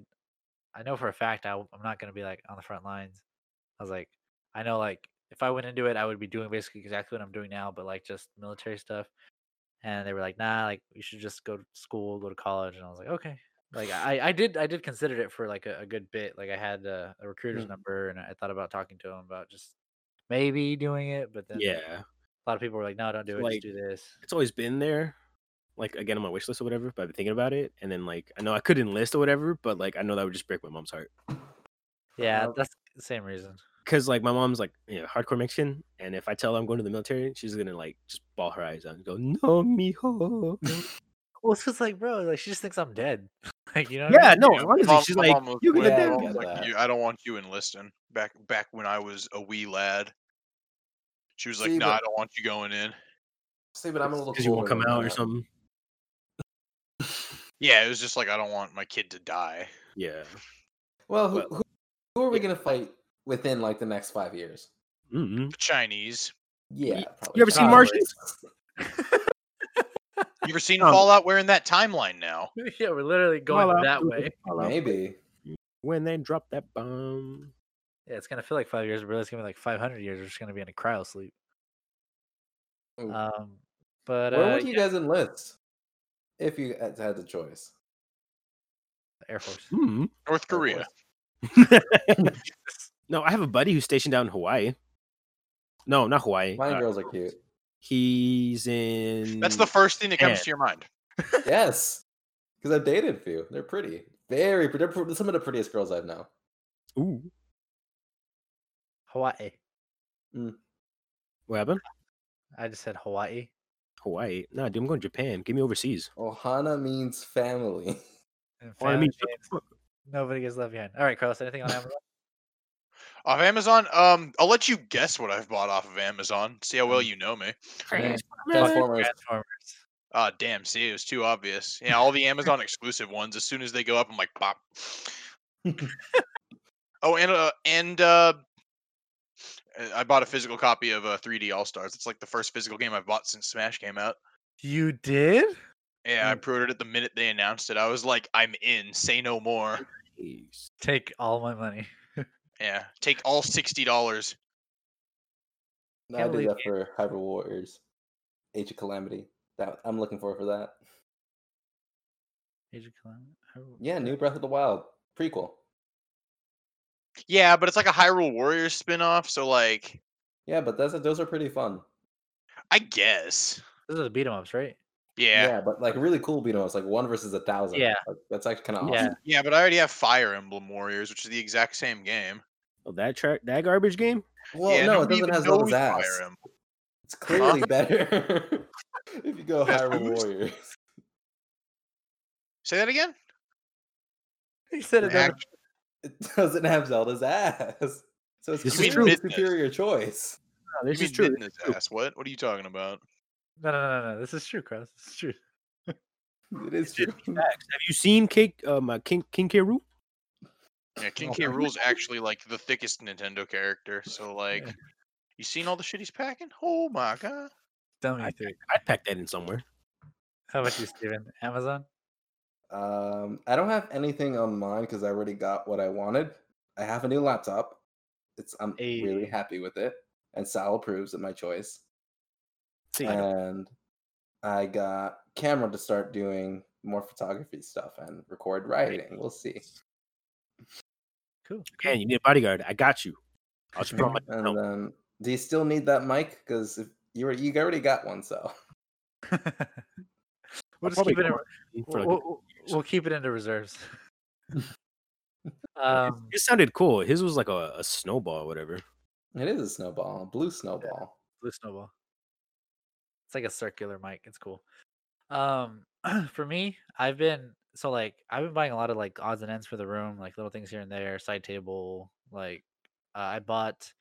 Speaker 4: I know for a fact I, w- I'm not gonna be like on the front lines." I was like, "I know like if I went into it, I would be doing basically exactly what I'm doing now, but like just military stuff." And they were like, "Nah, like you should just go to school, go to college." And I was like, "Okay." Like I, I did I did consider it for like a, a good bit. Like I had a, a recruiter's
Speaker 1: Mm.
Speaker 4: number, and I thought about talking to him about just maybe doing it, but then
Speaker 3: Yeah,
Speaker 4: a lot of people were like, "No, don't do it.
Speaker 3: Like-
Speaker 4: just do this."
Speaker 3: it's always been there. Like again on my wish list or whatever, but I've been thinking about it, and then like I know I could enlist or whatever, but like I know that would just break my mom's heart
Speaker 4: Yeah,
Speaker 1: know.
Speaker 4: that's the same reason.
Speaker 3: because like my mom's like you know hardcore Mexican, and if I tell her I'm going to the military, she's gonna like just ball her eyes out and go no mijo.
Speaker 4: Well, it's just like, bro, like she just thinks I'm dead. Like, you know? what I
Speaker 3: Yeah,
Speaker 4: mean?
Speaker 3: no,
Speaker 2: Yeah,
Speaker 3: honestly,
Speaker 2: mom-
Speaker 3: she's
Speaker 2: my
Speaker 3: like,
Speaker 2: mom was
Speaker 3: you're gonna
Speaker 1: Yeah,
Speaker 2: my
Speaker 1: I
Speaker 3: die.
Speaker 2: mom was
Speaker 1: get
Speaker 2: like,
Speaker 1: that.
Speaker 2: "You- I don't want you enlisting. Back back when I was a wee lad, she was like,
Speaker 1: See,
Speaker 2: "No, I
Speaker 1: but-
Speaker 2: don't want you going in."
Speaker 1: See, but I'm a little
Speaker 3: because you
Speaker 1: cooler
Speaker 3: won't come
Speaker 1: than
Speaker 3: out or
Speaker 1: that.
Speaker 3: something.
Speaker 2: Yeah, it was just like I don't want my kid to die.
Speaker 3: Yeah.
Speaker 1: Well, who,
Speaker 3: Well,
Speaker 1: who, who are we gonna fight within like the next five years?
Speaker 3: mm
Speaker 2: The Chinese.
Speaker 1: Yeah,
Speaker 3: you
Speaker 1: probably
Speaker 3: ever seen
Speaker 1: Congress.
Speaker 3: Martians?
Speaker 2: You ever seen
Speaker 3: Um,
Speaker 2: Fallout? We're in that timeline now.
Speaker 4: yeah, we're literally going that way.
Speaker 1: Maybe.
Speaker 3: When they drop that bomb.
Speaker 4: Yeah, it's gonna feel like five years, but really it's gonna be like five hundred years. We're just gonna be in a cryo sleep.
Speaker 1: Ooh.
Speaker 4: Um, but
Speaker 1: Where
Speaker 4: uh,
Speaker 1: would you guys enlist if you had had the choice?
Speaker 4: Air Force.
Speaker 3: Hmm.
Speaker 2: North
Speaker 1: Air
Speaker 2: Korea.
Speaker 1: Force.
Speaker 3: no, I have a buddy who's stationed down in Hawaii. No, not Hawaii.
Speaker 1: Hawaiian
Speaker 3: uh,
Speaker 1: girls are cute.
Speaker 3: He's in.
Speaker 2: That's the first thing that comes
Speaker 3: Yeah.
Speaker 2: to your mind.
Speaker 1: yes, because I've dated a few. They're pretty, very pretty. They're pr- some of the prettiest girls I've known.
Speaker 3: Ooh.
Speaker 4: Hawaii.
Speaker 3: What happened?
Speaker 4: I just said Hawaii.
Speaker 3: Hawaii. Nah, dude, I'm going to Japan. Get me overseas.
Speaker 1: Ohana means family.
Speaker 4: And
Speaker 3: Well, I
Speaker 4: family
Speaker 3: mean, shut
Speaker 4: means
Speaker 3: the fuck-
Speaker 4: nobody gets left behind. All right, Carlos. Anything on Amazon?
Speaker 2: Off Amazon, um, I'll let you guess what I've bought off of Amazon. See how well you know me.
Speaker 1: Transformers.
Speaker 4: Transformers.
Speaker 2: Ah, damn. See, it was too obvious. Yeah, all the Amazon exclusive ones. As soon as they go up, I'm like, pop. oh, and uh, and uh, uh, I bought a physical copy of uh, 3D All Stars. It's like the first physical game I've bought since Smash came out.
Speaker 4: You did?
Speaker 2: Yeah, I
Speaker 4: Mm.
Speaker 2: pre-ordered it the minute they announced it. I was like, I'm in. Say no more.
Speaker 3: Jeez.
Speaker 4: Take all my money.
Speaker 2: Yeah, take all sixty dollars.
Speaker 1: No, I
Speaker 4: Can't
Speaker 1: did
Speaker 4: believe
Speaker 1: that for Hyper Warriors, Age of Calamity. That I'm looking forward for that.
Speaker 4: Age of Calamity. Hyrule-
Speaker 1: Yeah, New Breath of the Wild prequel.
Speaker 2: Yeah, but it's like a Hyrule Warriors spin-off, so like,
Speaker 1: Yeah, but that's those are pretty fun.
Speaker 2: I guess.
Speaker 4: Those are the beat 'em ups, right?
Speaker 2: Yeah. yeah.
Speaker 1: but like really cool beat 'em ups, like one versus a thousand.
Speaker 4: Yeah.
Speaker 1: Like, that's actually kind of
Speaker 4: Yeah.
Speaker 1: awesome.
Speaker 2: but I already have Fire Emblem Warriors, which is the exact same game.
Speaker 3: Oh, that tra- that garbage game?
Speaker 1: Well,
Speaker 2: yeah,
Speaker 1: no, it
Speaker 2: nobody
Speaker 1: doesn't
Speaker 2: even
Speaker 1: have as well
Speaker 2: knows
Speaker 1: as ass.
Speaker 2: Fire Emblem.
Speaker 1: It's clearly better if you go
Speaker 2: That's
Speaker 1: Hyrule
Speaker 2: boost.
Speaker 1: Warriors.
Speaker 2: Say that again.
Speaker 4: He said it.
Speaker 2: Act-
Speaker 4: doesn't-
Speaker 1: It doesn't have Zelda's ass. So it's
Speaker 3: This
Speaker 2: is
Speaker 1: clearly a
Speaker 2: true.
Speaker 1: superior choice.
Speaker 3: No, this
Speaker 2: you
Speaker 3: is
Speaker 2: mean
Speaker 3: true.
Speaker 2: Midna's ass? What? What are you talking about?
Speaker 4: No, no, no, no. This is true, Carlos. This is true.
Speaker 1: It is
Speaker 3: It's
Speaker 1: true.
Speaker 3: Have you seen Cake, um, uh, King King K. Rool?
Speaker 2: Yeah, King
Speaker 1: Oh
Speaker 2: K.
Speaker 1: my
Speaker 2: Rule's actually like the thickest Nintendo character. So like, you seen all the shit he's packing? Oh my god!
Speaker 4: Dummy
Speaker 3: I-
Speaker 4: three.
Speaker 3: I'd pack that in somewhere.
Speaker 4: How about you, Steven? Amazon?
Speaker 1: Um, I don't have anything on mine because I already got what I wanted. I have a new laptop. It's I'm really
Speaker 4: Hey.
Speaker 1: happy with it, and Sal approves of my choice.
Speaker 4: See,
Speaker 3: Uh,
Speaker 1: and I got camera to start doing more photography stuff and record writing. We'll see.
Speaker 4: cool.
Speaker 3: Man, you need a bodyguard. I got you. I'll just put on my.
Speaker 1: And
Speaker 3: no.
Speaker 1: um, do you still need that mic? Because you were, you already got one, so
Speaker 4: we'll
Speaker 3: I'll
Speaker 4: just
Speaker 3: probably
Speaker 4: keep it.
Speaker 3: go
Speaker 4: In,
Speaker 3: on for
Speaker 4: we'll,
Speaker 3: like-
Speaker 4: we'll, we'll keep it into reserves. um,
Speaker 3: It sounded cool. His was like a, a snowball or whatever.
Speaker 1: it is a snowball, a blue snowball.
Speaker 4: blue snowball. It's like a circular mic. It's cool. Um, for me, I've been so like I've been buying a lot of like odds and ends for the room, like little things here and there, side table. Like uh, I bought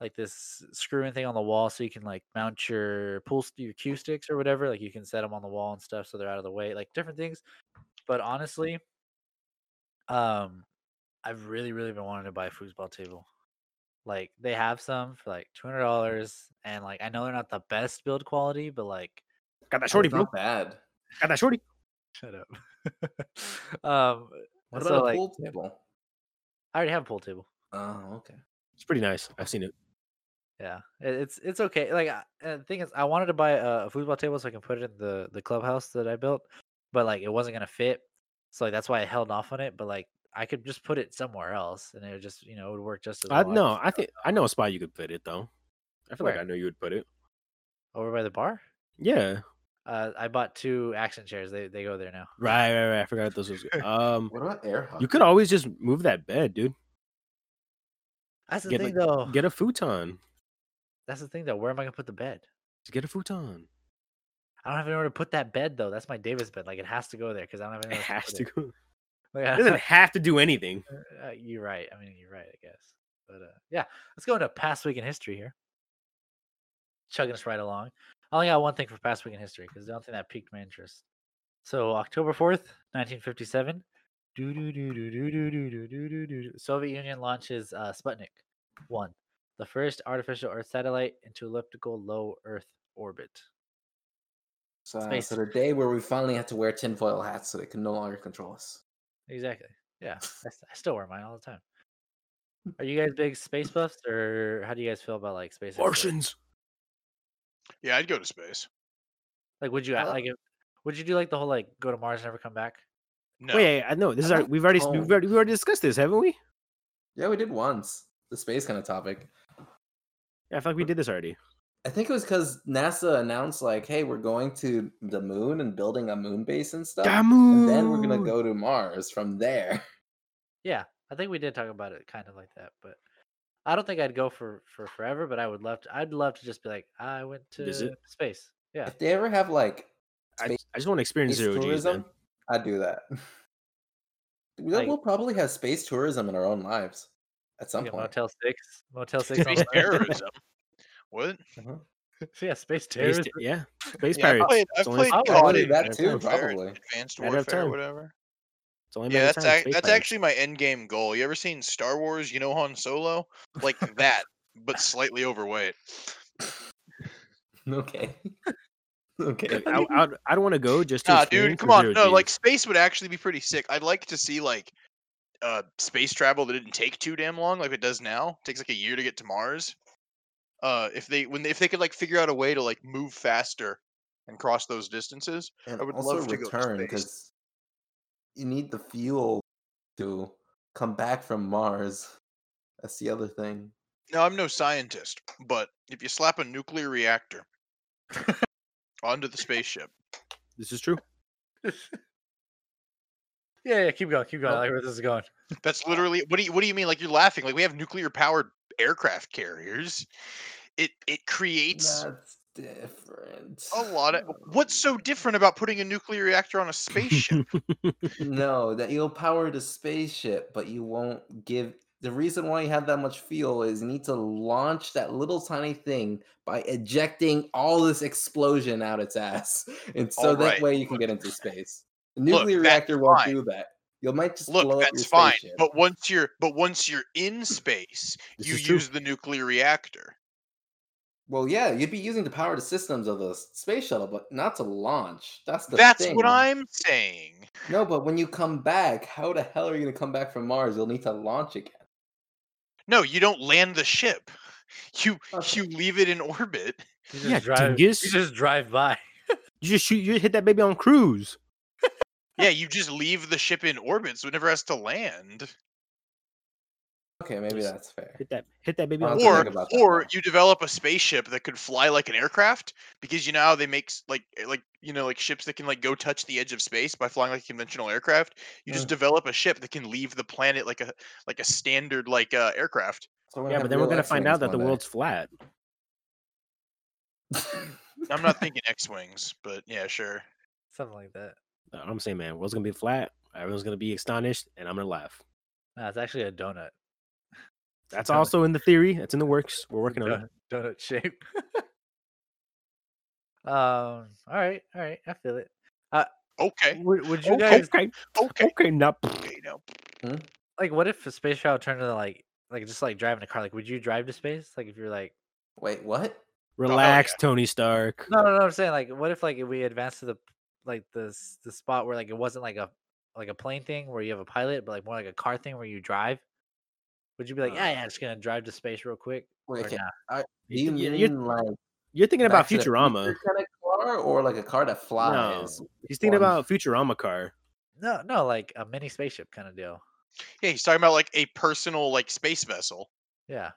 Speaker 4: like this screw-in thing on the wall so you can like mount your pool st- your cue sticks or whatever. Like you can set them on the wall and stuff so they're out of the way. Like different things. But honestly, um, I've really really been wanting to buy a foosball table like they have some for like two hundred dollars, and like I know they're not the best build quality, but like
Speaker 3: Got that shorty,
Speaker 1: Oh, It's
Speaker 3: bro.
Speaker 1: not bad.
Speaker 3: Got that shorty.
Speaker 4: shut up. um,
Speaker 1: What
Speaker 4: So,
Speaker 1: about a
Speaker 4: like-
Speaker 1: pool table?
Speaker 4: I already have a pool table.
Speaker 1: Oh, okay.
Speaker 3: It's pretty nice. I've seen it.
Speaker 4: Yeah, it- it's it's okay. Like I- and the thing is, I wanted to buy a, a foosball table so I can put it in the the clubhouse that I built, but like it wasn't gonna fit, so like, that's why I held off on it. But like I could just put it somewhere else, and it would just you know it would work just as
Speaker 3: I
Speaker 4: well.
Speaker 3: no.
Speaker 4: just-
Speaker 3: I think I know a spot you could put it though. I feel like
Speaker 4: Where?
Speaker 3: I know you would put it.
Speaker 4: over by the bar.
Speaker 3: Yeah.
Speaker 4: Uh, I bought two action chairs. They they go there now.
Speaker 3: Right. Right. Right. I forgot those. Was, um,
Speaker 1: What about air hockey?
Speaker 3: you could always just move that bed, dude.
Speaker 4: That's the
Speaker 3: Get,
Speaker 4: thing
Speaker 3: like,
Speaker 4: though.
Speaker 3: Get a futon.
Speaker 4: That's the thing though. Where am I gonna put the bed?
Speaker 3: Just get a futon.
Speaker 4: I I don't have anywhere to put that bed though. That's my Davis bed. Like it has to go there because I don't have
Speaker 3: It
Speaker 4: anywhere.
Speaker 3: has
Speaker 4: put
Speaker 3: to
Speaker 4: it.
Speaker 3: go.
Speaker 4: Like,
Speaker 3: It
Speaker 4: I-
Speaker 3: doesn't have to do anything.
Speaker 4: uh, you're right. I mean, you're right. I guess. But uh, yeah, let's go into past week in history here. Chugging us right along. I only got one thing for past week in history because the only thing that piqued my interest. So October fourth, nineteen fifty-seven. Do do do do do do do do do do do. do. Soviet Union launches uh, Sputnik one, the first artificial Earth satellite into elliptical low Earth orbit.
Speaker 1: So, uh,
Speaker 4: Space.
Speaker 1: so the day where we finally had to wear tinfoil hats so they could no longer control us.
Speaker 4: Exactly. Yeah, I, s- I still wear mine all the time. Are you guys big space buffs, or how do you guys feel about like space? exploration?
Speaker 2: Yeah, I'd go to space.
Speaker 4: Like, would you act
Speaker 1: Uh,
Speaker 4: like? If, would you do like the whole like go to Mars never come back?
Speaker 2: No.
Speaker 3: Wait, I know this is
Speaker 1: I'm
Speaker 3: our,
Speaker 1: not
Speaker 3: we've already
Speaker 1: home.
Speaker 3: we've already we've already discussed this, haven't we?
Speaker 1: Yeah, we did once the space kind of topic.
Speaker 3: Yeah, I feel like we did this already.
Speaker 1: I think it was because NASA announced like, "Hey, we're going to the moon and building a moon base and stuff, and then we're gonna
Speaker 3: Damu!
Speaker 1: go to Mars from there."
Speaker 4: Yeah, I think we did talk about it kind of like that, but I don't think I'd go for for forever. But I would love to. I'd love to just be like, I went to
Speaker 3: Visit.
Speaker 4: space. Yeah,
Speaker 1: If they ever have like
Speaker 3: I, I just want to experience
Speaker 1: space
Speaker 3: zero G's,
Speaker 1: tourism,
Speaker 3: man.
Speaker 1: I'd do that. We-
Speaker 4: Like-
Speaker 1: we'll probably have space tourism in our own lives at some
Speaker 4: yeah,
Speaker 1: point.
Speaker 4: Motel Six, Motel Six. on
Speaker 2: Space
Speaker 4: the-
Speaker 2: terrorism. What?
Speaker 4: yeah, space
Speaker 3: Space
Speaker 4: terrorism.
Speaker 3: ta- yeah, space
Speaker 2: Yeah, I've
Speaker 3: pirates.
Speaker 2: played,
Speaker 3: It's
Speaker 2: I've
Speaker 3: only-
Speaker 2: played
Speaker 4: I would
Speaker 2: COD
Speaker 1: do
Speaker 2: in
Speaker 1: that
Speaker 2: Advanced
Speaker 1: too,
Speaker 2: Warfare,
Speaker 1: probably.
Speaker 2: Advanced
Speaker 3: I'd have
Speaker 2: Warfare,
Speaker 3: time.
Speaker 2: whatever.
Speaker 3: it's only a
Speaker 2: Yeah,
Speaker 3: matter of
Speaker 2: that's
Speaker 3: time,
Speaker 2: ac-
Speaker 3: space
Speaker 2: that's
Speaker 3: pirates.
Speaker 2: actually my end game goal. You ever seen Star Wars? You know Han Solo, like that, but slightly overweight.
Speaker 1: Okay. okay.
Speaker 3: Like, I, I, I don't want to go just to
Speaker 2: Nah, dude,
Speaker 3: experience
Speaker 2: come
Speaker 3: the
Speaker 2: on.
Speaker 3: zero
Speaker 2: No,
Speaker 3: Gs.
Speaker 2: like space would actually be pretty sick. I'd like to see like uh space travel that didn't take too damn long, like it does now. takes like a year to get to Mars. Uh, if they when they, if they could like figure out a way to like move faster and cross those distances,
Speaker 1: And
Speaker 2: I would
Speaker 1: also
Speaker 2: love to go to
Speaker 1: return
Speaker 2: space.
Speaker 1: because you need the fuel to come back from Mars. That's the other thing.
Speaker 2: Now, I'm no scientist, but if you slap a nuclear reactor onto the spaceship,
Speaker 3: this is true.
Speaker 4: Yeah, yeah. Keep going. Keep going. I
Speaker 1: Oh.
Speaker 4: like where this is going.
Speaker 2: that's literally what do you what do you mean? Like you're laughing? Like we have nuclear powered aircraft carriers. It it creates
Speaker 1: That's different.
Speaker 2: a lot of what's so different about putting a nuclear reactor on a spaceship?
Speaker 1: no, that you'll power the spaceship, but you won't give. The reason why you have that much fuel is you need to launch that little tiny thing by ejecting all this explosion out its ass, and so that
Speaker 2: Alright,
Speaker 1: way you can get into space. The
Speaker 2: look,
Speaker 1: nuclear
Speaker 2: that's
Speaker 1: reactor won't
Speaker 2: fine.
Speaker 1: do that. You might just blow
Speaker 2: Look,
Speaker 1: up your
Speaker 2: that's fine,
Speaker 1: spaceship.
Speaker 2: but once you're but once you're in space,
Speaker 3: This
Speaker 2: you
Speaker 3: is true.
Speaker 2: use the nuclear reactor.
Speaker 1: Well, yeah, you'd be using the power to systems of the s- space shuttle, but not to launch. That's the
Speaker 2: That's
Speaker 1: thing.
Speaker 2: what I'm saying.
Speaker 1: No, but when you come back, how the hell are you going to come back from Mars? You'll need to launch again.
Speaker 2: No, you don't land the ship. You
Speaker 1: Okay.
Speaker 2: you leave it in orbit.
Speaker 4: You
Speaker 3: Yeah,
Speaker 4: just drive. You
Speaker 3: dingus.
Speaker 4: just drive by.
Speaker 3: You just shoot. You hit that baby on cruise.
Speaker 2: Yeah, you just leave the ship in orbit, so it never has to land.
Speaker 1: Okay, maybe
Speaker 3: Yes.
Speaker 1: that's fair.
Speaker 3: Hit that. Hit that baby
Speaker 1: I'll
Speaker 3: on.
Speaker 1: have to
Speaker 2: Or
Speaker 1: think about that
Speaker 2: or
Speaker 1: now.
Speaker 2: you develop a spaceship that could fly like an aircraft, because you know how they make s- like eh, like you know like ships that can like go touch the edge of space by flying like a conventional aircraft. You just
Speaker 1: Mm.
Speaker 2: develop a ship that can leave the planet like a like a standard like uh, aircraft.
Speaker 1: So
Speaker 3: Yeah, but then we're gonna find out that the world's flat.
Speaker 2: I'm not thinking X wings, but yeah, sure.
Speaker 4: Something like that.
Speaker 3: Uh, I'm saying, man, world's gonna be flat. Everyone's gonna be astonished, and I'm gonna laugh.
Speaker 4: No, it's actually a donut.
Speaker 3: That's
Speaker 4: Tell me.
Speaker 3: also in the theory. That's in the works. We're working on it.
Speaker 4: donut, donut shape. um. All right. All right. I feel it.
Speaker 2: Okay,
Speaker 4: Would, would you
Speaker 3: Okay,
Speaker 4: guys
Speaker 3: okay,
Speaker 2: okay,
Speaker 3: okay. Now,
Speaker 2: okay. No,
Speaker 4: like? What if a space shuttle turned into like, like just like driving a car? Like, would you drive to space? Like, if you're like,
Speaker 1: Wait, what?
Speaker 3: relax, Tony Stark.
Speaker 4: no, no, no. I'm saying like, what if like we advanced to the like the s- the spot where like it wasn't like a like a plane thing where you have a pilot, but like more like a car thing where you drive? Would you be like,
Speaker 3: Uh,
Speaker 4: yeah, yeah, I'm just gonna drive to space real quick?
Speaker 1: Wait,
Speaker 4: Or
Speaker 1: okay.
Speaker 4: nah?
Speaker 1: Do you
Speaker 3: You're,
Speaker 1: mean
Speaker 3: you're-
Speaker 1: like
Speaker 3: you're thinking
Speaker 1: Back
Speaker 3: about
Speaker 1: to the
Speaker 3: Futurama.
Speaker 1: future kind of car or like a car that flies?
Speaker 3: He's thinking
Speaker 1: one?
Speaker 3: about Futurama car.
Speaker 4: No, no, like a mini spaceship kind of deal.
Speaker 2: yeah, he's talking about like a personal like space vessel.
Speaker 4: Yeah.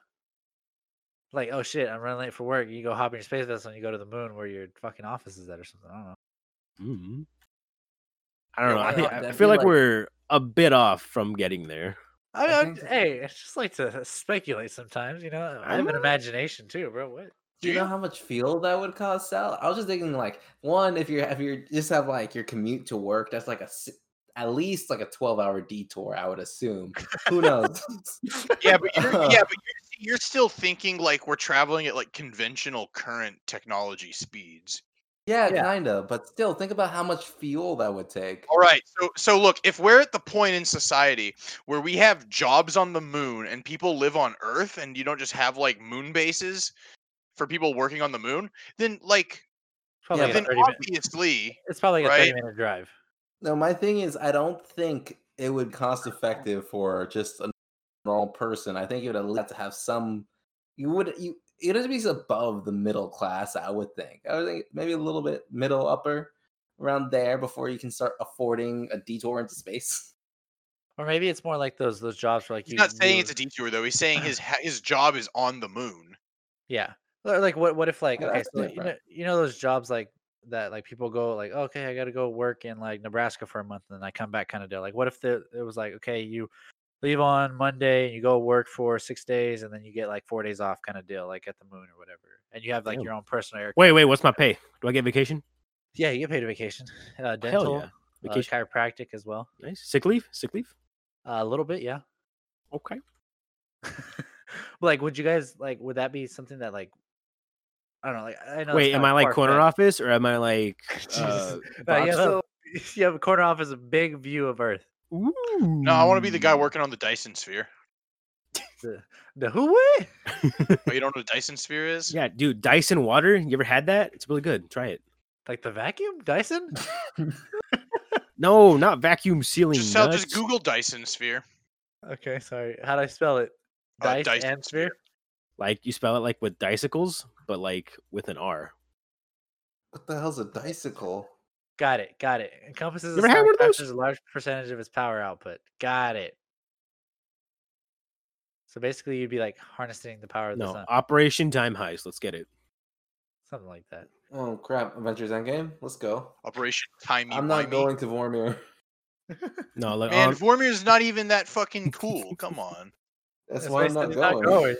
Speaker 4: Like, oh shit, I'm running late for work. You go hop in your space vessel and you go to the moon where your fucking office is at or something. I don't know.
Speaker 3: Mhm. I don't
Speaker 1: Yeah,
Speaker 3: know. I
Speaker 1: why
Speaker 3: think
Speaker 1: not?
Speaker 3: I- I
Speaker 1: That'd
Speaker 3: feel
Speaker 1: be
Speaker 3: like,
Speaker 1: like-
Speaker 3: we're a bit off from getting there.
Speaker 4: I,
Speaker 1: I
Speaker 4: I
Speaker 1: think that-
Speaker 4: hey, I just like to speculate sometimes, you know. I
Speaker 3: I'm
Speaker 4: have an
Speaker 3: not-
Speaker 4: imagination too, bro. What?
Speaker 1: Do you know how much fuel that would cost, Sal? I was just thinking, like, one, if you're if you're just have like your commute to work, that's like a si- at least like a twelve hour detour. I would assume. Who knows?
Speaker 2: yeah, but you're, yeah, but you're, you're still thinking like we're traveling at like conventional current technology speeds.
Speaker 1: yeah, kind of. But still, think about how much fuel that would take.
Speaker 2: All right. So so look, if we're at the point in society where we have jobs on the moon and people live on Earth and you don't just have like moon bases for people working on the moon, then like
Speaker 4: Probably
Speaker 2: then
Speaker 4: like a 30 minute,
Speaker 2: obviously
Speaker 4: it's probably like a
Speaker 2: right?
Speaker 4: thirty minute drive.
Speaker 1: No, my thing is, I don't think it would cost effective for just a normal person. I think you would at least have to have some. You would you. It would be above the middle class, I would think. I would think maybe a little bit middle upper around there before you can start affording a detour into space.
Speaker 4: Or maybe it's more like those those jobs where like
Speaker 2: he's
Speaker 4: you
Speaker 2: not saying it's a
Speaker 4: move-
Speaker 2: detour though. He's saying his ha- his job is on the moon.
Speaker 4: Yeah. Or, Like what what if like
Speaker 1: Yeah,
Speaker 4: okay,
Speaker 1: that's
Speaker 4: so,
Speaker 1: really
Speaker 4: you know
Speaker 1: rough.
Speaker 4: you know those jobs like that like people go like okay, I got to go work in like Nebraska for a month and then I come back kind of deal. Like what if the it was like okay, you leave on Monday and you go work for 6 days and then you get like 4 days off kind of deal like at the moon or whatever. And you have like
Speaker 3: Damn.
Speaker 4: your own personal air.
Speaker 3: Wait, wait, what's my pay? Do I get vacation?
Speaker 4: Yeah, you get paid a vacation. Uh dental,
Speaker 3: yeah.
Speaker 4: uh,
Speaker 3: Vacation.
Speaker 4: chiropractic as well.
Speaker 3: Nice. Sick leave? Sick leave?
Speaker 4: Uh, a little bit, yeah.
Speaker 3: Okay.
Speaker 4: like would you guys like would that be something that like I don't know, like I know it's
Speaker 3: Wait,
Speaker 4: kinda
Speaker 3: am I like corner
Speaker 4: far-fetched.
Speaker 3: office or am I like
Speaker 4: Jesus.
Speaker 3: uh,
Speaker 4: Uh, you,
Speaker 3: box?
Speaker 4: have a, you have a corner office, a big view of Earth.
Speaker 2: No, I want to be the guy
Speaker 3: Ooh.
Speaker 2: working on the Dyson sphere.
Speaker 4: The, the who way?
Speaker 2: But Oh, you don't know what a Dyson sphere is?
Speaker 3: Yeah, dude, Dyson water. You ever had that? It's really good. Try it.
Speaker 4: Like the vacuum? Dyson?
Speaker 3: No, not vacuum sealing.
Speaker 2: Just, sell,
Speaker 3: nuts.
Speaker 2: just Google Dyson sphere.
Speaker 4: okay, sorry. How do I spell it?
Speaker 2: Uh,
Speaker 4: Dice
Speaker 2: Dyson
Speaker 4: and sphere?
Speaker 3: Like you spell it like with dicycles, but like with an R.
Speaker 1: What the hell's a bicycle?
Speaker 4: Got it, got it. Encompasses
Speaker 3: You ever had
Speaker 4: sun
Speaker 3: one of those?
Speaker 4: captures a large percentage of its power output. Got it. So basically you'd be like harnessing the power of the
Speaker 3: No,
Speaker 4: sun.
Speaker 3: Operation Time Heist. Let's get it.
Speaker 4: Something like that.
Speaker 1: Oh crap! Adventures Endgame. Let's go.
Speaker 2: Operation Timey
Speaker 1: I'm not
Speaker 2: Wimey.
Speaker 1: going to Vormir.
Speaker 3: No, like
Speaker 2: Man,
Speaker 3: on-
Speaker 2: Vormir's not even that fucking cool. Come on.
Speaker 1: That's
Speaker 4: That's
Speaker 1: why I'm
Speaker 4: basically
Speaker 1: not going.
Speaker 4: not going.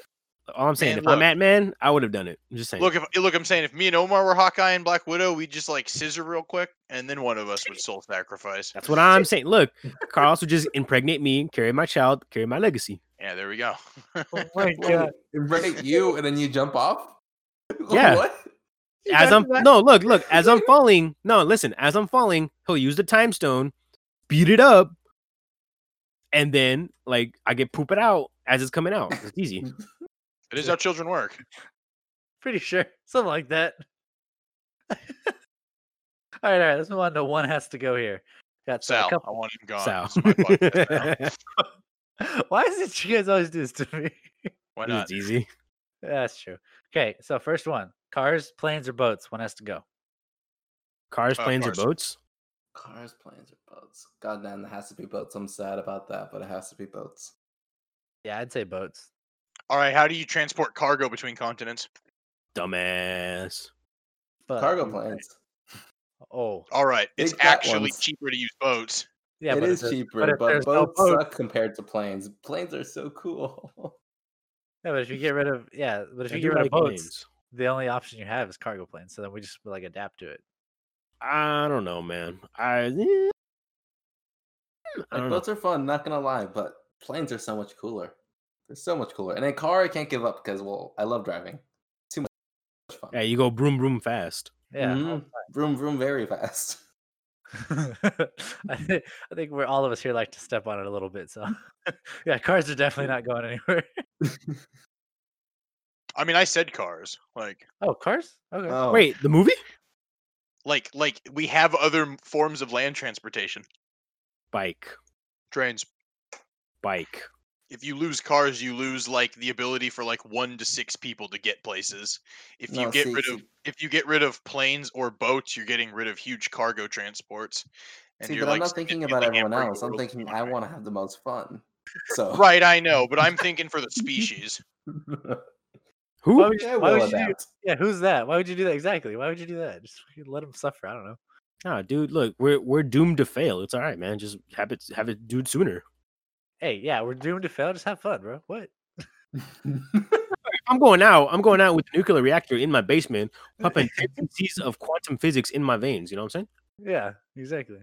Speaker 3: all I'm saying,
Speaker 2: man,
Speaker 3: if
Speaker 2: look.
Speaker 3: I'm at man, I would have done it. I'm just saying.
Speaker 2: Look, if look, I'm saying if me and Omar were Hawkeye and Black Widow, we'd just like scissor real quick, and then one of us would soul sacrifice.
Speaker 3: that's what I'm saying. Look, Carlos would just impregnate me, carry my child, carry my legacy.
Speaker 2: Yeah, there we go.
Speaker 4: Oh my
Speaker 1: Wait,
Speaker 4: god.
Speaker 1: impregnate you and then you jump off.
Speaker 3: Yeah.
Speaker 1: What?
Speaker 3: As I'm no, look, look, as I'm falling, no, listen, as I'm falling, he'll use the time stone, beat it up, and then like I get poop it out as it's coming out. It's easy.
Speaker 2: it is how children work.
Speaker 4: Pretty sure. Something like that. all right, all right. Let's move on to one has to go here. Got so a
Speaker 2: Sal,
Speaker 4: couple.
Speaker 2: I want him gone.
Speaker 3: Sal.
Speaker 2: This is my podcast now.
Speaker 4: Why is it you guys always do this to me?
Speaker 2: Why not?
Speaker 3: it's easy.
Speaker 4: That's true. Okay, so first one: cars, planes, or boats. One has to go.
Speaker 3: Cars,
Speaker 2: Uh,
Speaker 3: planes, or
Speaker 2: cars.
Speaker 3: boats.
Speaker 1: Cars, planes, or boats? God damn, it has to be boats. I'm sad about that, but it has to be boats.
Speaker 4: Yeah, I'd say boats.
Speaker 2: All right, how do you transport cargo between continents?
Speaker 3: Dumbass.
Speaker 4: But um,
Speaker 1: Cargo
Speaker 4: you're right.
Speaker 1: planes.
Speaker 4: Oh,
Speaker 2: All right, it's
Speaker 1: Big fat
Speaker 2: actually
Speaker 1: ones.
Speaker 2: cheaper to use boats.
Speaker 4: yeah,
Speaker 1: it
Speaker 4: but if
Speaker 1: is
Speaker 4: there's-
Speaker 1: cheaper,
Speaker 4: but
Speaker 1: but,
Speaker 4: if there's no
Speaker 1: boats
Speaker 4: boat-
Speaker 1: suck compared to planes. Planes are so cool.
Speaker 4: Yeah, but if you get rid of yeah, but if
Speaker 3: I
Speaker 4: you
Speaker 3: do
Speaker 4: get rid
Speaker 3: like
Speaker 4: of boats,
Speaker 3: names.
Speaker 4: the only option you have is cargo planes. So then we just like adapt to it.
Speaker 3: I don't know, man. I, eh, I
Speaker 1: Like,
Speaker 3: don't know.
Speaker 1: boats are fun, not gonna lie, but planes are so much cooler. They're so much cooler. And a car, I can't give up because well, I love driving. Too much fun.
Speaker 3: Yeah, you go broom broom fast.
Speaker 4: Yeah, all
Speaker 1: Mhm. Vroom vroom very fast.
Speaker 4: I, thi- I think we're all of us here like to step on it a little bit. So, yeah, cars are
Speaker 1: Mm.
Speaker 4: definitely not going anywhere.
Speaker 2: I mean, I said cars. Like,
Speaker 4: Oh, cars? Okay.
Speaker 1: Oh,
Speaker 3: Wait, the movie
Speaker 2: like, like we have other m- forms of land transportation,
Speaker 3: bike,
Speaker 2: trains.
Speaker 3: bike.
Speaker 2: If you lose cars, you lose like the ability for like one to six people to get places. If you
Speaker 1: No,
Speaker 2: get
Speaker 1: see-
Speaker 2: rid
Speaker 1: see-
Speaker 2: of if you get rid of planes or boats, you're getting rid of huge cargo transports.
Speaker 1: See,
Speaker 2: you're,
Speaker 1: but I'm
Speaker 2: like,
Speaker 1: not
Speaker 2: stuck in
Speaker 1: thinking
Speaker 2: the
Speaker 1: about everyone
Speaker 2: hamburger
Speaker 1: else. I'm
Speaker 2: world
Speaker 1: thinking
Speaker 2: somewhere.
Speaker 1: I want to have the most fun. So
Speaker 2: Right, I know, but I'm thinking for the species.
Speaker 3: Who?
Speaker 4: Why would you,
Speaker 1: yeah,
Speaker 4: why
Speaker 1: we'll
Speaker 4: would you do,
Speaker 1: adapt.
Speaker 4: yeah, who's that? Why would you do that exactly? Why would you do that? Just fucking let them suffer. I don't know.
Speaker 3: Nah, dude, look, we're we're doomed to fail. It's all right, man. Just have it have it dude sooner.
Speaker 4: Hey, yeah, we're doomed to fail. Just have fun, bro. What?
Speaker 3: If I'm going out. I'm going out with a nuclear reactor in my basement, pumping tendencies of quantum physics in my veins. You know what I'm saying?
Speaker 4: Yeah, exactly.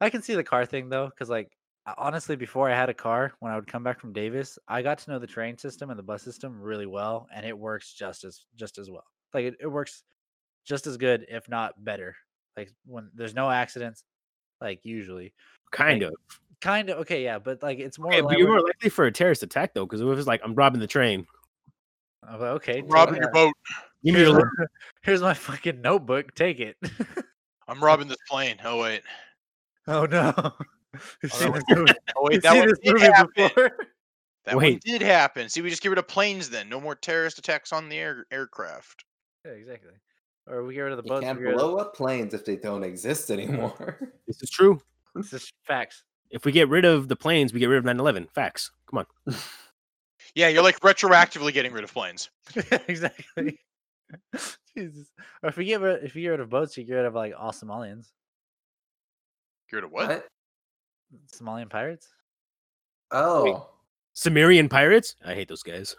Speaker 4: I can see the car thing though, because like I- honestly, before I had a car, when I would come back from Davis, I got to know the train system and the bus system really well, and it works just as just as well. Like it, it works just as good, if not better. Like when there's no accidents, like usually,
Speaker 3: Kind
Speaker 4: Like,
Speaker 3: of.
Speaker 4: kind of okay, yeah, but like it's more.
Speaker 3: Okay, but
Speaker 4: elaborate-
Speaker 3: you're more likely for a terrorist attack though, because if it's like I'm robbing the train,
Speaker 4: I'm like, okay, take
Speaker 2: robbing
Speaker 4: it.
Speaker 2: your boat.
Speaker 3: you need
Speaker 4: Here's
Speaker 3: to
Speaker 4: my,
Speaker 3: learn.
Speaker 4: here's my fucking notebook. Take it.
Speaker 2: I'm robbing this plane. Oh wait.
Speaker 4: oh no.
Speaker 2: that
Speaker 4: You've seen
Speaker 2: was-
Speaker 4: this movie,
Speaker 2: Oh wait.
Speaker 4: you've
Speaker 2: That
Speaker 4: seen
Speaker 2: one
Speaker 4: this
Speaker 2: did
Speaker 4: movie
Speaker 2: happen.
Speaker 4: before.
Speaker 2: That one
Speaker 3: Wait.
Speaker 2: did happen. See, we just get rid of planes then. No more terrorist attacks on the air- aircraft.
Speaker 4: Yeah, exactly. Or we get rid of the
Speaker 1: You
Speaker 4: boats.
Speaker 1: can't
Speaker 4: we get rid of-
Speaker 1: blow up planes if they don't exist anymore.
Speaker 3: This is true.
Speaker 4: It's just facts.
Speaker 3: If we get rid of the planes, we get rid of 9/11. Facts. Come on.
Speaker 2: Yeah, you're like retroactively getting rid of planes.
Speaker 4: exactly. Jesus. Or if we get rid, if you get rid of boats, you get rid of like all Somalians,
Speaker 2: Get rid of what?
Speaker 4: Somalian pirates.
Speaker 1: Oh,
Speaker 3: Sumerian pirates. I hate those guys.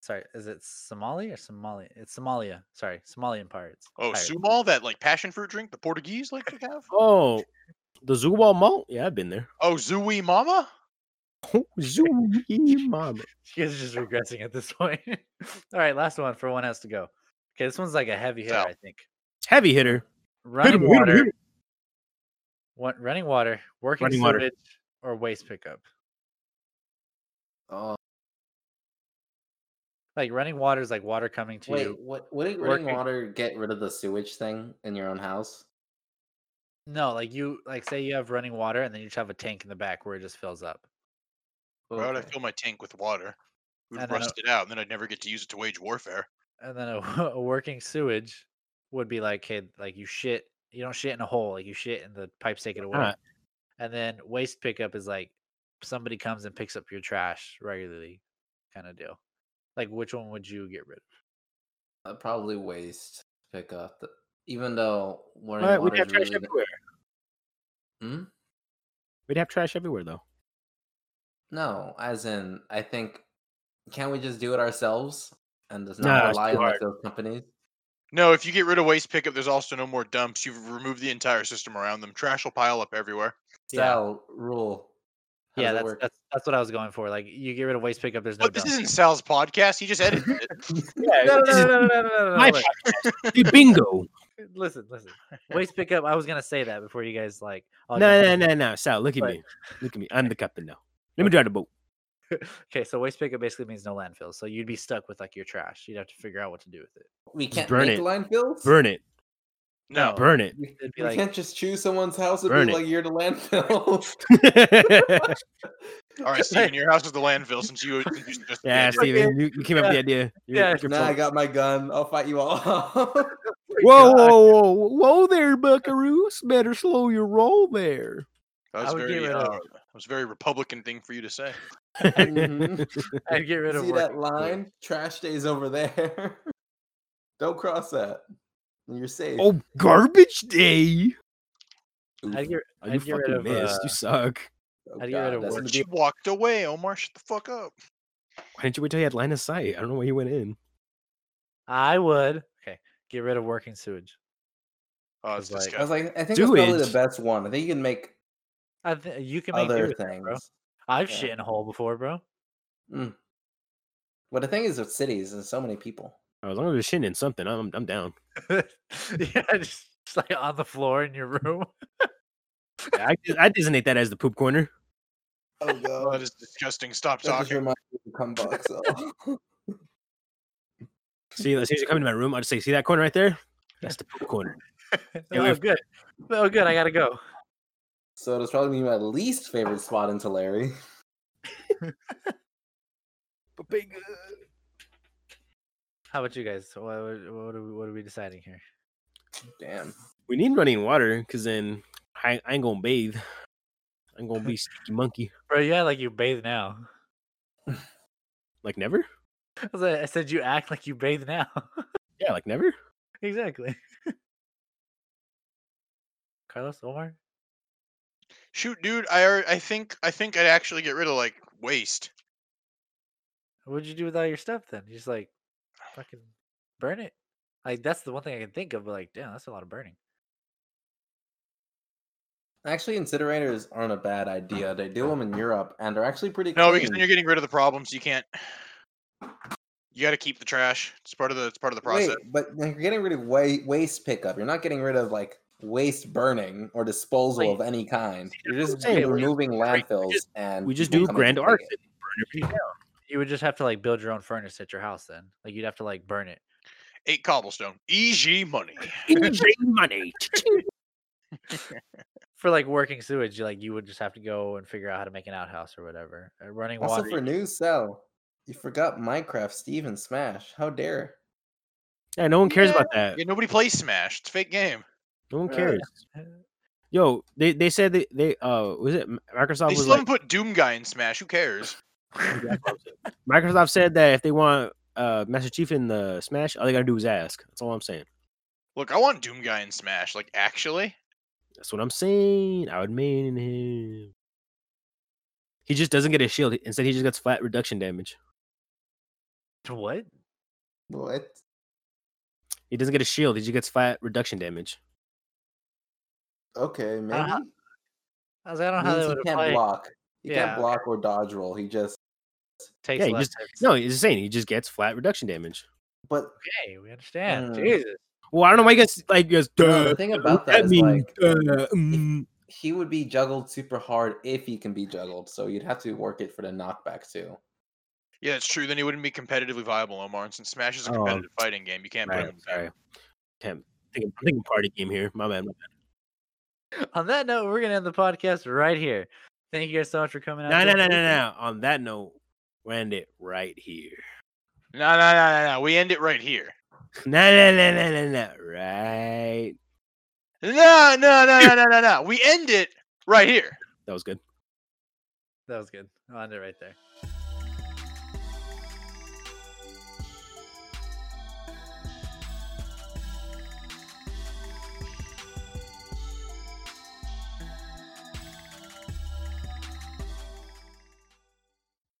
Speaker 4: Sorry, is it Somali or Somalia? It's Somalia. Sorry, Somalian pirates.
Speaker 2: Oh,
Speaker 4: Pirates.
Speaker 2: Sumal, that like passion fruit drink the Portuguese like to have.
Speaker 3: Oh, the Zubal Mall. Yeah, I've been there.
Speaker 2: Oh, Zooey Mama.
Speaker 3: Oh, Zubal Mall.
Speaker 4: You guys are just regressing at this point. all right, last one for one has to go. Okay, this one's like a heavy hitter,
Speaker 2: Sal.
Speaker 4: I think.
Speaker 3: Heavy hitter. Hit
Speaker 4: Running
Speaker 3: him, hit him, hit
Speaker 4: water,
Speaker 3: him.
Speaker 4: what, running water, working
Speaker 3: Running water.
Speaker 4: sewage, or waste pickup.
Speaker 1: oh.
Speaker 4: Like running water is like water coming to you.
Speaker 1: Wait, what? Wouldn't running
Speaker 4: working-
Speaker 1: water get rid of the sewage thing in your own house?
Speaker 4: No, like you like say you have running water and then you just have a tank in the back where it just fills up.
Speaker 2: Why would I
Speaker 1: Okay.
Speaker 2: fill my tank with water? It would
Speaker 4: I don't know.
Speaker 2: rust it out, and then I'd never get to use it to wage warfare.
Speaker 4: And then a, a working sewage would be like, hey, like you shit, you don't shit in a hole, like you shit and the pipes take it away.
Speaker 3: not?
Speaker 4: And then waste pickup is like somebody comes and picks up your trash regularly, kind of deal. Like which one would you get rid of?
Speaker 1: Uh, probably waste pickup. th- Even though running
Speaker 3: But
Speaker 1: water
Speaker 3: we'd have
Speaker 1: is
Speaker 3: trash
Speaker 1: really the-
Speaker 3: everywhere.
Speaker 1: Hmm?
Speaker 3: We'd have trash everywhere though.
Speaker 1: No, as in, I think, can't we just do it ourselves and just
Speaker 3: Nah,
Speaker 1: not
Speaker 3: it's
Speaker 1: rely
Speaker 3: too
Speaker 1: on like,
Speaker 3: hard.
Speaker 1: those companies?
Speaker 2: No, if you get rid of waste pickup, there's also no more dumps. You've removed the entire system around them. Trash will pile up everywhere.
Speaker 4: Yeah.
Speaker 1: Sell rule. How
Speaker 4: yeah,
Speaker 1: does it
Speaker 4: that's,
Speaker 1: work?
Speaker 4: that's that's what I was going for. Like you get rid of waste pickup, there's no
Speaker 2: But Oh, this isn't Sal's podcast. He just edited it.
Speaker 3: Yeah,
Speaker 4: no,
Speaker 3: this
Speaker 4: no,
Speaker 3: is
Speaker 4: no, no, no, no, no, no,
Speaker 3: my
Speaker 4: look.
Speaker 3: podcast. Dude, bingo.
Speaker 4: Listen, listen. Waste pickup. I was gonna say that before you guys like. all
Speaker 3: No,
Speaker 4: jumped
Speaker 3: no,
Speaker 4: in.
Speaker 3: no, no. Sal, look at
Speaker 4: But-
Speaker 3: me. Look at me. I'm the captain now. Let me drive the boat.
Speaker 4: Okay, so waste pickup basically means no landfills. So you'd be stuck with like your trash. You'd have to figure out what to do with it.
Speaker 1: we can't
Speaker 3: burn
Speaker 1: make
Speaker 3: it.
Speaker 1: landfills.
Speaker 3: Burn it.
Speaker 2: No.
Speaker 3: Burn it.
Speaker 1: We,
Speaker 4: It'd be
Speaker 1: we
Speaker 4: like-
Speaker 1: can't just choose someone's house and
Speaker 3: Burn
Speaker 1: be
Speaker 3: it.
Speaker 1: like, "You're the landfill."
Speaker 2: All right, Steven, your house is the landfill since you, uh, since you just
Speaker 3: yeah, Steven, you, you came up with the idea. You're-
Speaker 4: Yeah,
Speaker 3: you're
Speaker 1: now I
Speaker 3: full.
Speaker 1: got my gun. I'll fight you all.
Speaker 3: Whoa, whoa, whoa, whoa there, buckaroos. Better slow your roll there.
Speaker 2: That
Speaker 4: I
Speaker 2: was
Speaker 4: would get
Speaker 2: very,
Speaker 4: rid
Speaker 2: uh,
Speaker 4: of-
Speaker 2: that was a very Republican thing for you to say.
Speaker 4: Mm-hmm.
Speaker 1: Mhm.
Speaker 4: I'd get rid of
Speaker 1: See that
Speaker 4: working sewage.
Speaker 1: line? Trash day's over there. Don't cross that. You're safe.
Speaker 3: Oh, garbage day.
Speaker 1: Oof.
Speaker 4: I'd get,
Speaker 3: Oh, you
Speaker 4: I'd get rid
Speaker 3: fucking
Speaker 4: of.
Speaker 3: missed.
Speaker 4: uh,
Speaker 3: you suck.
Speaker 1: Oh,
Speaker 4: how do you get rid
Speaker 1: God,
Speaker 4: of
Speaker 1: that's
Speaker 4: work?
Speaker 1: gonna
Speaker 2: She walked away. Omar, shut the fuck up.
Speaker 3: Why didn't you wait till you had line of sight? I don't know why you went in.
Speaker 4: I would. Okay, get rid of working sewage.
Speaker 2: Oh, it's
Speaker 4: It's
Speaker 1: I
Speaker 4: like-
Speaker 1: was
Speaker 2: disgusting.
Speaker 1: like, I think
Speaker 3: Do
Speaker 1: that's probably
Speaker 3: it.
Speaker 1: the best one. I think you can make
Speaker 4: I th- you can make do
Speaker 1: other
Speaker 4: with that, bro.
Speaker 1: things.
Speaker 4: I've
Speaker 1: yeah.
Speaker 4: shit in a hole before, bro.
Speaker 1: But the thing is, with cities, there's so many people.
Speaker 3: Oh, as long as you're shitting in something, I'm, I'm down.
Speaker 4: yeah, just, just like on the floor in your room.
Speaker 3: Yeah, I, I designate that as the poop corner.
Speaker 1: Oh
Speaker 2: Oh, that
Speaker 1: god,
Speaker 2: is disgusting. Stop
Speaker 1: that just
Speaker 2: talking.
Speaker 1: reminds me of Kumbox. So.
Speaker 3: See, as soon as you come into my room, I'll just say, see that corner right there? That's the poop corner.
Speaker 4: oh,
Speaker 3: we've-
Speaker 4: good. Oh, good. I gotta go.
Speaker 1: so it'll probably be my least favorite spot in Tulare.
Speaker 4: How about you guys? What, what, what, are, we, what are we deciding here?
Speaker 1: Damn.
Speaker 3: We need running water because then I, I ain't gonna bathe. I'm gonna be sticky monkey.
Speaker 4: Bro, yeah, like you bathe now.
Speaker 3: Like never?
Speaker 4: I was like- I said you act like you bathe now.
Speaker 3: Yeah, like never.
Speaker 4: exactly. Carlos Omar.
Speaker 2: Shoot, dude, I, alre- I think I think I'd actually get rid of like waste.
Speaker 4: What'd you do with all your stuff then? He's like, fucking burn it. Like that's the one thing I can think of. But like, damn, that's a lot of burning.
Speaker 1: Actually, incinerators aren't a bad idea. They do them in Europe and they're actually pretty.
Speaker 2: No, because then
Speaker 1: clean.
Speaker 2: you're getting rid of the problems. You can't. You got to keep the trash. It's part of the. It's part of the process.
Speaker 1: Wait, but you're getting rid of wa- waste pickup. You're not getting rid of like waste burning or disposal of any kind. You're just
Speaker 3: saying, we-
Speaker 1: removing landfills
Speaker 3: just-
Speaker 1: and
Speaker 3: We just
Speaker 1: people
Speaker 3: do
Speaker 1: coming
Speaker 3: grand
Speaker 1: to take
Speaker 3: arson.
Speaker 1: it.
Speaker 3: burn everything down.
Speaker 4: You would just have to like build your own furnace at your house then. Like you'd have to like burn it.
Speaker 2: Eight cobblestone. Easy money.
Speaker 3: Easy money.
Speaker 4: For like working sewage, you like you would just have to go and figure out how to make an outhouse or whatever. Uh, running
Speaker 1: Also
Speaker 4: water.
Speaker 1: for new cell, you forgot Minecraft, Steve, and Smash. How dare!
Speaker 3: Yeah, no one cares about that.
Speaker 2: Yeah, nobody plays Smash. It's a fake game.
Speaker 3: No one
Speaker 4: Yeah.
Speaker 3: cares. Yo, they, they said they, they uh was it Microsoft
Speaker 2: They
Speaker 3: was
Speaker 2: still
Speaker 3: like
Speaker 2: haven't put Doom Guy in Smash. Who cares?
Speaker 3: Microsoft said that if they want uh Master Chief in the Smash, all they gotta do is ask. That's all I'm saying.
Speaker 2: Look, I want Doom Guy in Smash. Like actually,
Speaker 3: That's what I'm saying. I would main him. He just doesn't get a shield. Instead, he just gets flat reduction damage.
Speaker 4: What?
Speaker 1: What?
Speaker 3: He doesn't get a shield. He just gets flat reduction damage.
Speaker 1: Okay, maybe.
Speaker 4: Uh-huh. I was like, I don't know
Speaker 1: Means
Speaker 4: how that
Speaker 1: he
Speaker 4: would
Speaker 1: can't
Speaker 4: play.
Speaker 1: block. He
Speaker 4: Yeah,
Speaker 1: can't block or dodge roll. He just.
Speaker 4: Takes
Speaker 3: Yeah, you
Speaker 4: less.
Speaker 3: just- No, he's just saying he just gets flat reduction damage.
Speaker 1: But
Speaker 4: Okay, we understand.
Speaker 1: Mm.
Speaker 4: Jesus.
Speaker 3: Well, I don't know why he gets like he goes.
Speaker 1: No, the
Speaker 3: "Duh,
Speaker 1: thing
Speaker 3: what
Speaker 1: about that is, like,
Speaker 3: uh, mm."
Speaker 1: he would be juggled super hard if he can be juggled. So you'd have to work it for the knockback too.
Speaker 2: yeah, it's true. Then he wouldn't be competitively viable, Omar. And since Smash is a
Speaker 3: Oh,
Speaker 2: competitive fighting game, you can't put him
Speaker 3: Right, I'm
Speaker 2: in the
Speaker 3: sorry. Damn, I'm thinking, I'm thinking party game here. My bad. my bad.
Speaker 4: On that note, we're gonna end the podcast right here. Thank you guys so much for coming out.
Speaker 3: No,
Speaker 4: to
Speaker 3: no,
Speaker 4: us.
Speaker 3: no, no, no. On that note, we end it right here.
Speaker 2: No, no, no, no, no. We end it right here.
Speaker 3: No, no, no, no, no, no. Right.
Speaker 2: No, no, no, no, no, no, no. We end it right here.
Speaker 3: That was good.
Speaker 4: That was good. I'll end it right there.